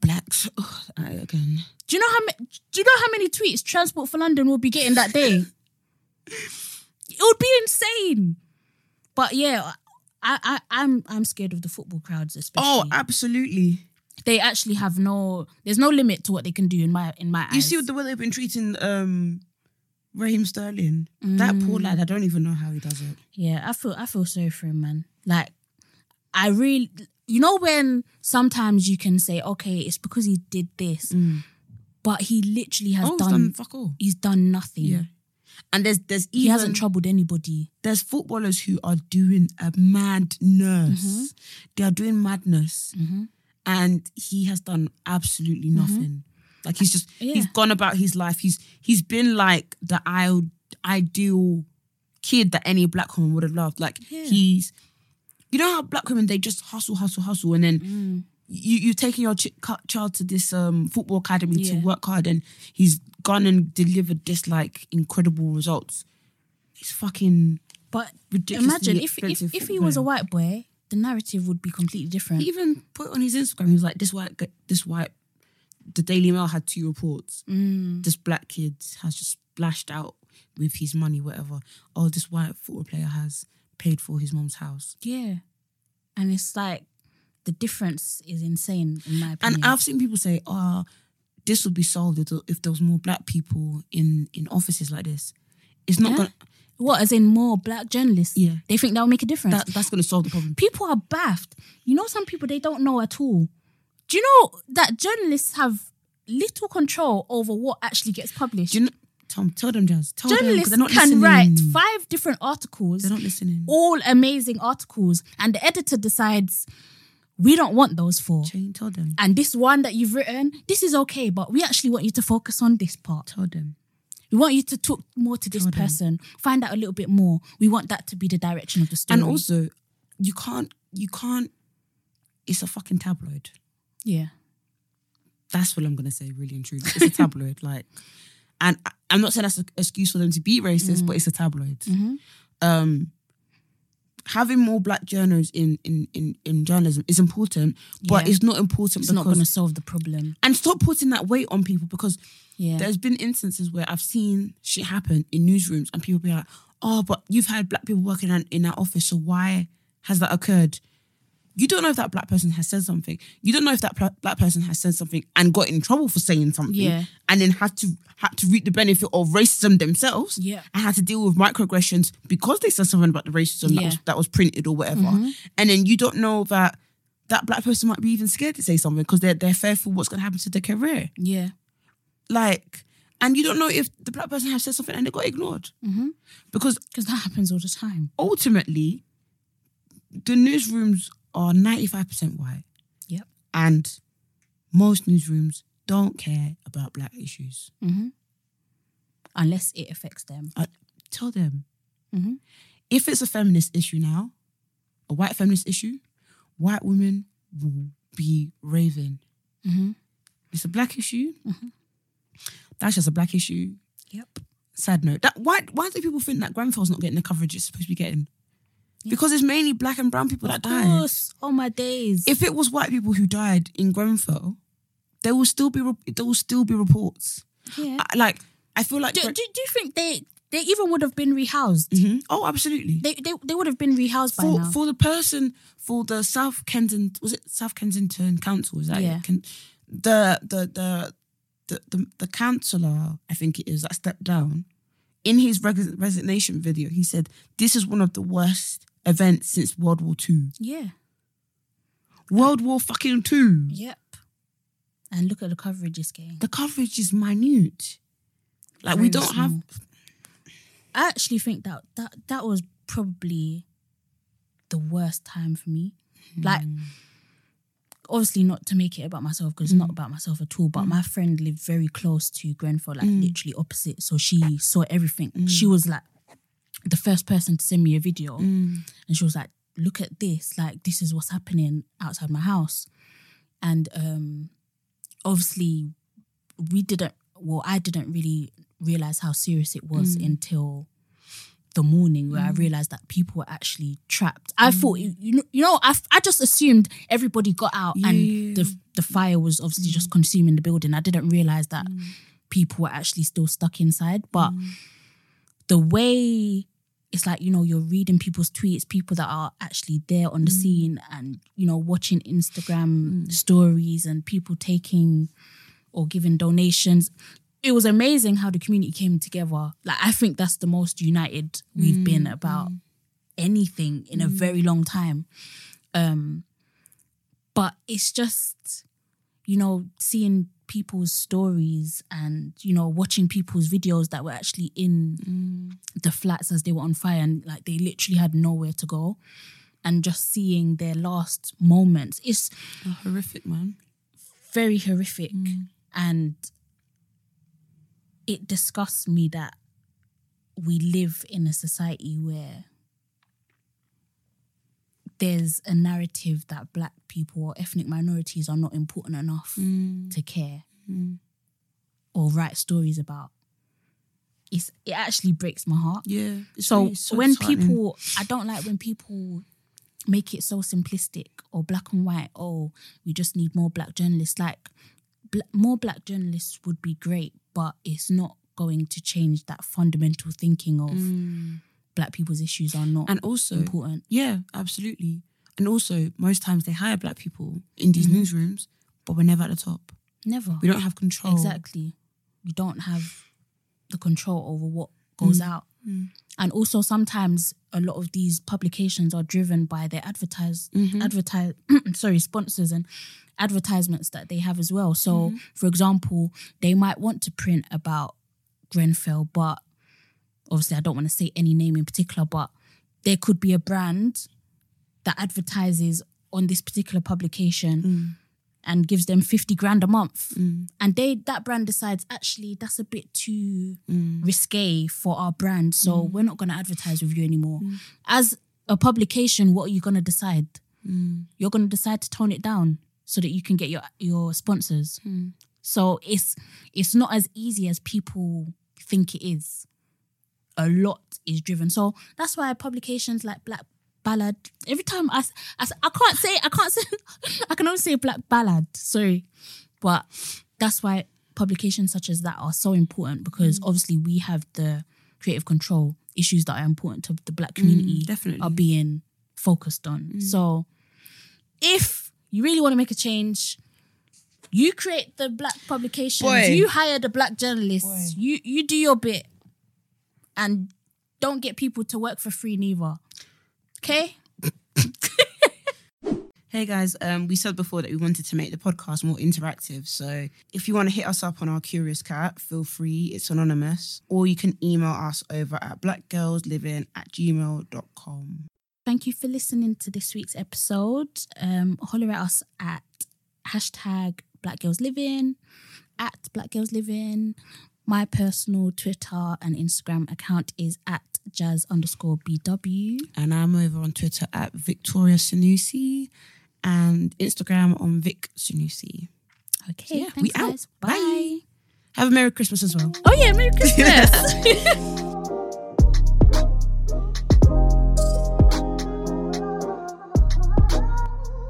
Speaker 1: blacks. Ugh, I- again.
Speaker 2: do you know how many? Do you know how many tweets Transport for London will be getting that day? it would be insane. But yeah, I, I I'm I'm scared of the football crowds, especially.
Speaker 1: Oh, absolutely.
Speaker 2: they actually have no. There's no limit to what they can do in my in my eyes.
Speaker 1: You see the way they've been treating um Raheem Sterling. That poor lad, I don't even know how he does it.
Speaker 2: Yeah, I feel I feel sorry for him, man. Like I really you know when sometimes you can say, okay, it's because he did this, but he literally has
Speaker 1: Mm. oh,
Speaker 2: done,
Speaker 1: he's done fuck all.
Speaker 2: he's done nothing.
Speaker 1: Yeah. And there's there's even
Speaker 2: He hasn't troubled anybody.
Speaker 1: there's footballers who are doing a madness.
Speaker 2: Mm-hmm.
Speaker 1: They are doing madness. And he has done absolutely nothing. Like he's just
Speaker 2: Mm-hmm. Yeah.
Speaker 1: he's gone about his life. He's he's been like the ideal ideal kid that any black woman would have loved. Like
Speaker 2: Yeah.
Speaker 1: he's you know how black women they just hustle, hustle, hustle, and then
Speaker 2: Mm.
Speaker 1: you you taking your ch- cu- child to this um football academy
Speaker 2: Yeah.
Speaker 1: to work hard, and he's gone and delivered this like incredible results. It's fucking
Speaker 2: But
Speaker 1: Ridiculously
Speaker 2: imagine if if,
Speaker 1: expensive
Speaker 2: if he was a
Speaker 1: footballer.
Speaker 2: white boy, the narrative would be completely different.
Speaker 1: He even put on his Instagram. He was like, "This white, g- this white." The Daily Mail had two reports.
Speaker 2: Mm.
Speaker 1: This black kid has just splashed out with his money, whatever. Oh, this white football player has paid for his mom's house.
Speaker 2: yeah. And it's like the difference is insane in my
Speaker 1: And
Speaker 2: opinion.
Speaker 1: I've seen people say, "Oh, this would be solved if there- if there was more black people in in offices like this." It's not
Speaker 2: Yeah.
Speaker 1: gonna.
Speaker 2: what, as in more black journalists?
Speaker 1: Yeah.
Speaker 2: They think that will make a difference.
Speaker 1: That, that's gonna solve the problem.
Speaker 2: people are baffed. You know, some people they don't know at all. Do you know that journalists have little control over what actually gets published?
Speaker 1: Do you know, Tom, tell them, Jazz. Tell
Speaker 2: journalists
Speaker 1: them, 'cause
Speaker 2: can
Speaker 1: they're not
Speaker 2: write
Speaker 1: listening.
Speaker 2: five different articles,
Speaker 1: They're not listening.
Speaker 2: all amazing articles, and the editor decides we don't want those four.
Speaker 1: Jane, tell them.
Speaker 2: And this one that you've written, this is okay, but we actually want you to focus on this part.
Speaker 1: Tell them.
Speaker 2: We want you to talk more to this person, find out a little bit more. We want that to be the direction of the story.
Speaker 1: And also, you can't, you can't, it's a fucking tabloid.
Speaker 2: yeah,
Speaker 1: That's what I'm going to say, really and truly. It's a tabloid. like, and I, I'm not saying that's an excuse for them to be racist,
Speaker 2: Mm.
Speaker 1: but it's a tabloid.
Speaker 2: Mm-hmm.
Speaker 1: Um, having more black journals in, in, in, in journalism is important, but
Speaker 2: Yeah.
Speaker 1: it's not important
Speaker 2: it's
Speaker 1: because.
Speaker 2: not going to solve the problem.
Speaker 1: and stop putting that weight on people because
Speaker 2: Yeah.
Speaker 1: there's been instances where I've seen shit happen in newsrooms and people be like, oh, but you've had black people working in, in that office, so why has that occurred? You don't know if that black person has said something. You don't know if that pla- black person has said something and got in trouble for saying something,
Speaker 2: Yeah.
Speaker 1: and then had to had to reap the benefit of racism themselves,
Speaker 2: Yeah.
Speaker 1: and had to deal with microaggressions because they said something about the racism that,
Speaker 2: Yeah. Mm-hmm.
Speaker 1: was, that was printed or whatever. And then you don't know that that black person might be even scared to say something because they're they're fearful what's going to happen to their career
Speaker 2: Yeah.
Speaker 1: like and you don't know if the black person has said something and they got ignored because
Speaker 2: Because that happens all the time.
Speaker 1: ultimately the newsrooms are 95% white
Speaker 2: Yep.
Speaker 1: and most newsrooms don't care about black issues
Speaker 2: Unless it affects them.
Speaker 1: I tell them
Speaker 2: Mhm.
Speaker 1: if it's a feminist issue now a white feminist issue white women will be raving
Speaker 2: Mhm.
Speaker 1: it's a black issue that's just a black issue
Speaker 2: Yep.
Speaker 1: sad note. That why why do people think that Grenfell's not getting the coverage it's supposed to be getting? Because it's mainly black and brown people
Speaker 2: Of
Speaker 1: that died.
Speaker 2: course. Oh my days.
Speaker 1: If it was white people who died in Grenfell, there will still be re- there will still be reports.
Speaker 2: yeah.
Speaker 1: I- like I feel like
Speaker 2: do, do,
Speaker 1: Gren-
Speaker 2: do you think they they even would have been rehoused?
Speaker 1: Mhm. oh absolutely
Speaker 2: They, they they would have been rehoused by
Speaker 1: for
Speaker 2: now.
Speaker 1: for the person for the South Kensington was it South Kensington Council is that
Speaker 2: Yeah.
Speaker 1: it? Ken- the the the the, the, the councillor, I think it is, that stepped down, in his res- resignation video, he said, This is one of the worst events since World War Two.
Speaker 2: yeah.
Speaker 1: World War fucking Two.
Speaker 2: Yep. And look at the coverage it's getting.
Speaker 1: The coverage is minute. Like, we
Speaker 2: Very
Speaker 1: don't have.
Speaker 2: I actually think that that that was probably the worst time for me.
Speaker 1: Hmm.
Speaker 2: Like, obviously not to make it about myself because it's
Speaker 1: Hmm.
Speaker 2: not about myself at all. But my friend lived very close to Grenfell,
Speaker 1: Hmm.
Speaker 2: like literally opposite, so she saw everything. She was like the first person to send me a video, and she was like, "Look at this! Like, this is what's happening outside my house." And um, obviously, we didn't. Well, I didn't really realize how serious it was until the morning where I realized that people were actually trapped. I thought, you you know, you know I, I just assumed everybody got out and the the fire was obviously just consuming the building. I didn't realize that people were actually still stuck inside. But the way it's like you know you're reading people's tweets, people that are actually there on the scene, and you know watching Instagram stories and people taking or giving donations. It was amazing how the community came together. Like I think that's the most united we've been about anything in a very long time. Um but it's just you know seeing people's stories and you know watching people's videos that were actually in the flats as they were on fire and like they literally had nowhere to go and just seeing their last moments. It's
Speaker 1: horrific, man.
Speaker 2: very horrific and it disgusts me that we live in a society where there's a narrative that black people or ethnic minorities are not important enough to care or write stories about it's it actually breaks my heart
Speaker 1: Yeah. it's
Speaker 2: so,
Speaker 1: really
Speaker 2: when
Speaker 1: disheartening.
Speaker 2: people i don't like when people make it so simplistic or black and white oh we just need more black journalists like bl- more black journalists would be great but it's not going to change that fundamental thinking of black people's issues are not
Speaker 1: Mm. and also
Speaker 2: important
Speaker 1: Yeah, absolutely. And also, most times they hire black people in these
Speaker 2: Mm-hmm.
Speaker 1: newsrooms, but we're never at the top.
Speaker 2: never
Speaker 1: We don't have control.
Speaker 2: Exactly. You don't have the control over what goes out. And also sometimes a lot of these publications are driven by their advertise advertise sorry, sponsors and advertisements that they have as well. So for example, they might want to print about Grenfell, but obviously I don't want to say any name in particular, but there could be a brand that advertises on this particular publication and gives them 50 grand a month and they that brand decides actually that's a bit too risque for our brand so we're not going to advertise with you anymore as a publication what are you going to decide you're going to decide to tone it down so that you can get your your sponsors so it's it's not as easy as people think it is a lot is driven so that's why publications like black ballad every time i s- i, s- I can't say i can't say i can only say black ballad sorry but that's why publications such as that are so important because obviously we have the creative control issues that are important to the black community
Speaker 1: definitely.
Speaker 2: are being focused on. So if you really want to make a change, you create the black publications,
Speaker 1: Boy.
Speaker 2: you hire the black journalists, you you do your bit and don't get people to work for free neither. Okay?
Speaker 1: Hey guys, um, we said before that we wanted to make the podcast more interactive. So if you want to hit us up on our Curious Cat, feel free. It's anonymous. Or you can email us over at blackgirlsliving at gmail.com.
Speaker 2: Thank you for listening to this week's episode. Um, holler at us at hashtag Black Girls Living, at Black Girls Living. My personal Twitter and Instagram account is at jazz underscore BW.
Speaker 1: And I'm over on Twitter at Victoria Sanusi and Instagram on Vic Sanusi.
Speaker 2: Okay,
Speaker 1: yeah,
Speaker 2: thanks
Speaker 1: we out.
Speaker 2: guys.
Speaker 1: Bye.
Speaker 2: Bye.
Speaker 1: Have a Merry Christmas as well.
Speaker 2: Oh yeah, Merry Christmas.